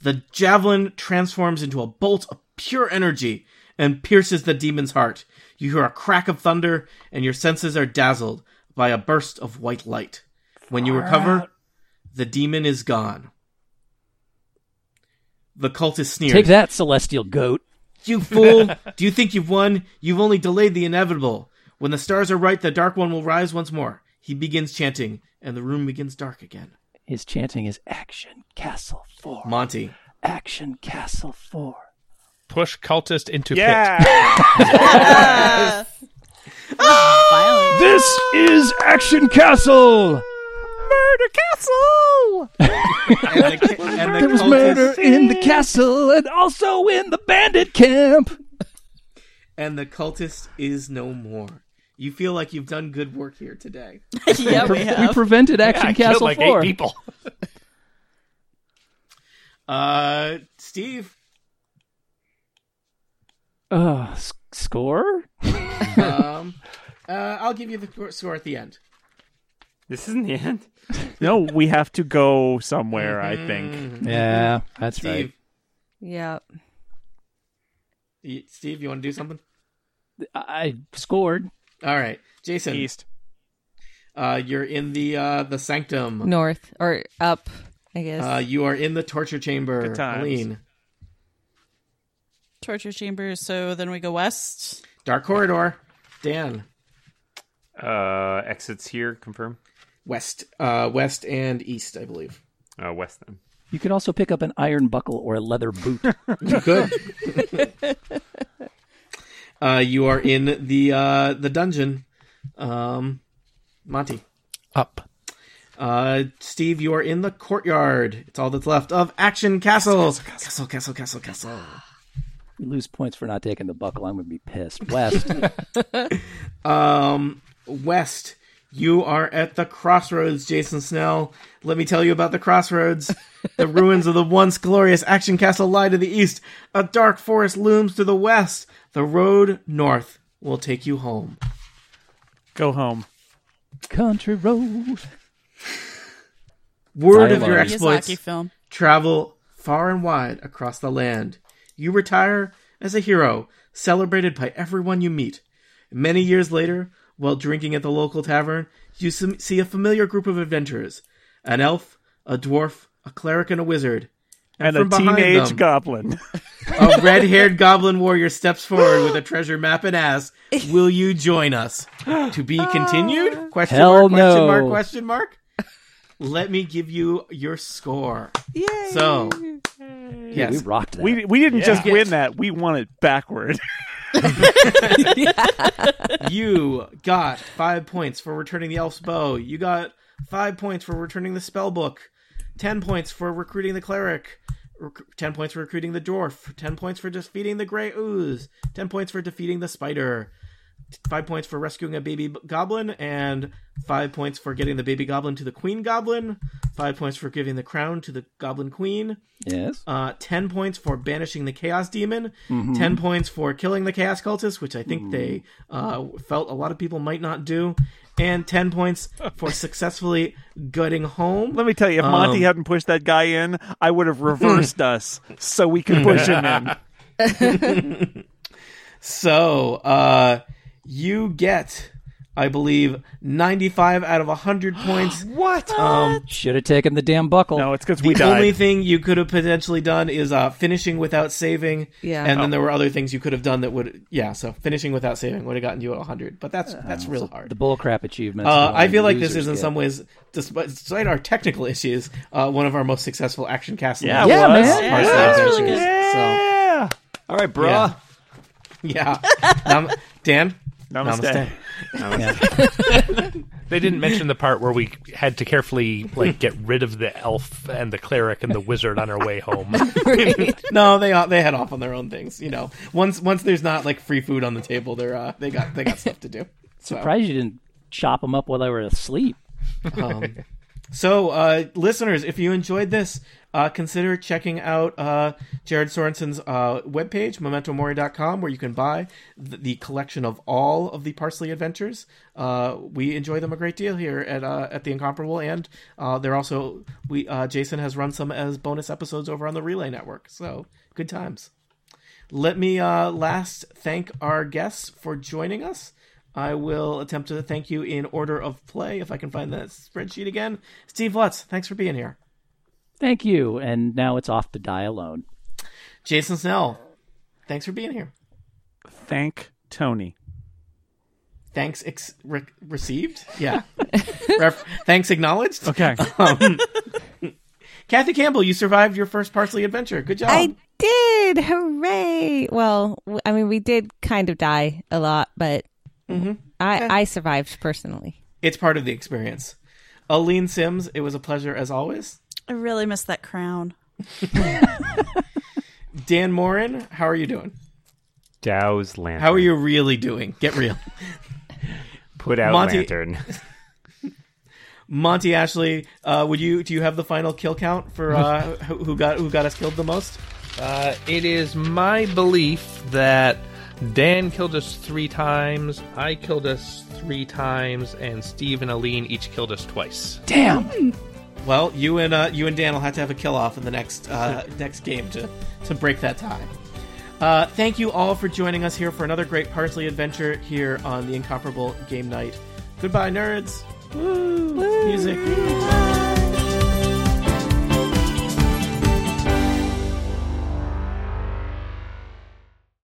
Speaker 1: The javelin transforms into a bolt of pure energy and pierces the demon's heart. You hear a crack of thunder, and your senses are dazzled by a burst of white light. When you recover, the demon is gone. The cultist sneers.
Speaker 2: Take that, celestial goat.
Speaker 1: You fool! Do you think you've won? You've only delayed the inevitable. When the stars are right, the Dark One will rise once more. He begins chanting, and the room begins dark again.
Speaker 2: His chanting is Action Castle 4.
Speaker 1: Monty.
Speaker 2: Action Castle 4.
Speaker 6: Push cultist into pit.
Speaker 2: This is Action Castle!
Speaker 3: Murder castle.
Speaker 1: And the, and the
Speaker 2: There was
Speaker 1: cultist,
Speaker 2: murder in the castle and also in the bandit camp.
Speaker 1: And the cultist is no more. You feel like you've done good work here today.
Speaker 7: yeah, we
Speaker 2: We
Speaker 7: have.
Speaker 2: prevented
Speaker 6: Yeah, I
Speaker 2: Action
Speaker 6: killed
Speaker 2: Castle
Speaker 6: like
Speaker 2: 4.
Speaker 6: eight people.
Speaker 1: Uh, Steve.
Speaker 2: Uh, s- score?
Speaker 1: Um, uh, I'll give you the score- score at the end.
Speaker 5: This isn't the end.
Speaker 3: No, we have to go somewhere. I think.
Speaker 2: Yeah, that's
Speaker 1: Steve.
Speaker 4: Yeah.
Speaker 1: y- Steve, you want to do something?
Speaker 2: I scored.
Speaker 1: All right, Jason.
Speaker 3: East.
Speaker 1: Uh, you're in the uh the sanctum.
Speaker 4: North or up, I guess.
Speaker 1: Uh, you are in the torture chamber,
Speaker 3: Good times.
Speaker 1: Aline.
Speaker 7: Torture chamber. So then we go west.
Speaker 1: Dark corridor, Dan.
Speaker 5: Uh, exits here. Confirm.
Speaker 1: West, uh, west and east, I believe.
Speaker 5: Uh, west then.
Speaker 2: You could also pick up an iron buckle or a leather boot.
Speaker 1: You could. uh, you are in the uh, the dungeon, um, Monty.
Speaker 6: Up.
Speaker 1: Uh, Steve, you are in the courtyard. It's all that's left of Action Castle. Castle, castle, castle, castle.
Speaker 2: we lose points for not taking the buckle. I'm going to be pissed. West.
Speaker 1: Um, West, you are at the crossroads, Jason Snell. Let me tell you about the crossroads. the ruins of the once glorious action castle lie to the east. A dark forest looms to the west. The road north will take you home.
Speaker 3: Go home.
Speaker 2: Country road.
Speaker 1: Word of
Speaker 2: Dialogue.
Speaker 1: your exploits
Speaker 7: Miyazaki film.
Speaker 1: travel far and wide across the land. You retire as a hero, celebrated by everyone you meet. Many years later, while drinking at the local tavern, you sim- see a familiar group of adventurers an elf, a dwarf, a cleric, and a wizard.
Speaker 3: And,
Speaker 1: from
Speaker 3: a
Speaker 1: behind
Speaker 3: teenage
Speaker 1: them-
Speaker 3: goblin.
Speaker 1: A red haired goblin warrior steps forward with a treasure map and asks, Will you join us? To be continued? Question
Speaker 2: Hell
Speaker 1: mark, question
Speaker 2: no.
Speaker 1: mark, question mark? let me give you your score. So, yes.
Speaker 2: we rocked that.
Speaker 3: We we didn't just
Speaker 1: Yeah.
Speaker 3: win that. We won it backward.
Speaker 1: you got five points for returning the elf's bow. You got five points for returning the spell book. Ten points for recruiting the cleric. Rec- Ten points for recruiting the dwarf. Ten points for defeating the gray ooze. Ten points for defeating the spider. Five points for rescuing a baby b- goblin, and five points for getting the baby goblin to the queen goblin. Five points for giving the crown to the goblin queen.
Speaker 2: yes.
Speaker 1: Uh, 10 points for banishing the chaos demon 10 points for killing the chaos cultist which i think they uh, felt a lot of people might not do and 10 points for successfully gutting home
Speaker 3: Let me tell you, if Monty
Speaker 1: Um.
Speaker 3: hadn't pushed that guy in, I would have reversed us so we could push him in.
Speaker 1: so uh, you get i believe 95 out of 100 points
Speaker 5: What?
Speaker 1: um,
Speaker 2: Should have taken the damn buckle.
Speaker 3: No, it's because we
Speaker 1: the
Speaker 3: died.
Speaker 1: only thing you could have potentially done is uh, finishing without saving.
Speaker 4: Yeah.
Speaker 1: And then there were other things you could have done that would, yeah. So finishing without saving would have gotten you at 100, but that's that's real hard.
Speaker 2: The bullcrap achievements.
Speaker 1: Uh,
Speaker 2: that
Speaker 1: I
Speaker 2: only
Speaker 1: feel like this
Speaker 2: losers
Speaker 1: is in
Speaker 2: get.
Speaker 1: some ways, despite, despite our technical issues, uh, one of our most successful action castles.
Speaker 3: Yeah,
Speaker 2: Yeah,
Speaker 3: it was.
Speaker 2: man.
Speaker 1: Our
Speaker 7: Yeah,
Speaker 1: side
Speaker 7: that's really
Speaker 1: adventures. So
Speaker 5: yeah. All right, bruh.
Speaker 1: Yeah. yeah, Nam- Dan,
Speaker 3: Namaste.
Speaker 6: They didn't mention the part where we had to carefully like get rid of the elf and the cleric and the wizard on our way home.
Speaker 1: No, they uh, they head off on their own things. You know, once once there's not like free food on the table, they're uh, they got they got stuff to do. So.
Speaker 2: Surprised you didn't chop them up while they were asleep.
Speaker 1: So, uh, listeners, if you enjoyed this, uh, consider checking out uh, Jared Sorensen's uh, webpage, mementomori.com, where you can buy th- the collection of all of the Parsley adventures. Uh, we enjoy them a great deal here at uh, at the Incomparable, and uh, they're also we uh, Jason has run some as bonus episodes over on the Relay Network. So, good times. Let me uh, last thank our guests for joining us. I will attempt to thank you in order of play if I can find that spreadsheet again. Steve Lutz, thanks for being here.
Speaker 2: Thank you. And now it's off to die alone.
Speaker 1: Jason Snell, thanks for being here.
Speaker 3: Thank Tony.
Speaker 1: Thanks ex- re- received. Yeah. Ref- thanks acknowledged.
Speaker 3: Okay.
Speaker 1: Kathy Campbell, you survived your first Parsley adventure. Good job.
Speaker 4: I did. Hooray. Well, w- I mean, we did kind of die a lot, but I, I survived personally.
Speaker 1: It's part of the experience. Aline Sims, it was a pleasure as always.
Speaker 7: I really miss that crown.
Speaker 1: Dan Morin, how are you doing?
Speaker 5: Dow's lantern.
Speaker 1: How are you really doing? Get real.
Speaker 5: Put out
Speaker 1: Monty-
Speaker 5: lantern.
Speaker 1: Monty Ashley, uh, would you do you have the final kill count for uh, who, who got who got us killed the most?
Speaker 9: Uh, it is my belief that Dan killed us three times, I killed us three times, and Steve and Aline each killed us twice.
Speaker 2: Damn.
Speaker 1: Well, you and uh, you and Dan will have to have a kill off in the next uh, next game to to break that tie. Uh, thank you all for joining us here for another great Parsley adventure here on the Incomparable Game Night. Goodbye, nerds. Woo. Music.
Speaker 7: Bye.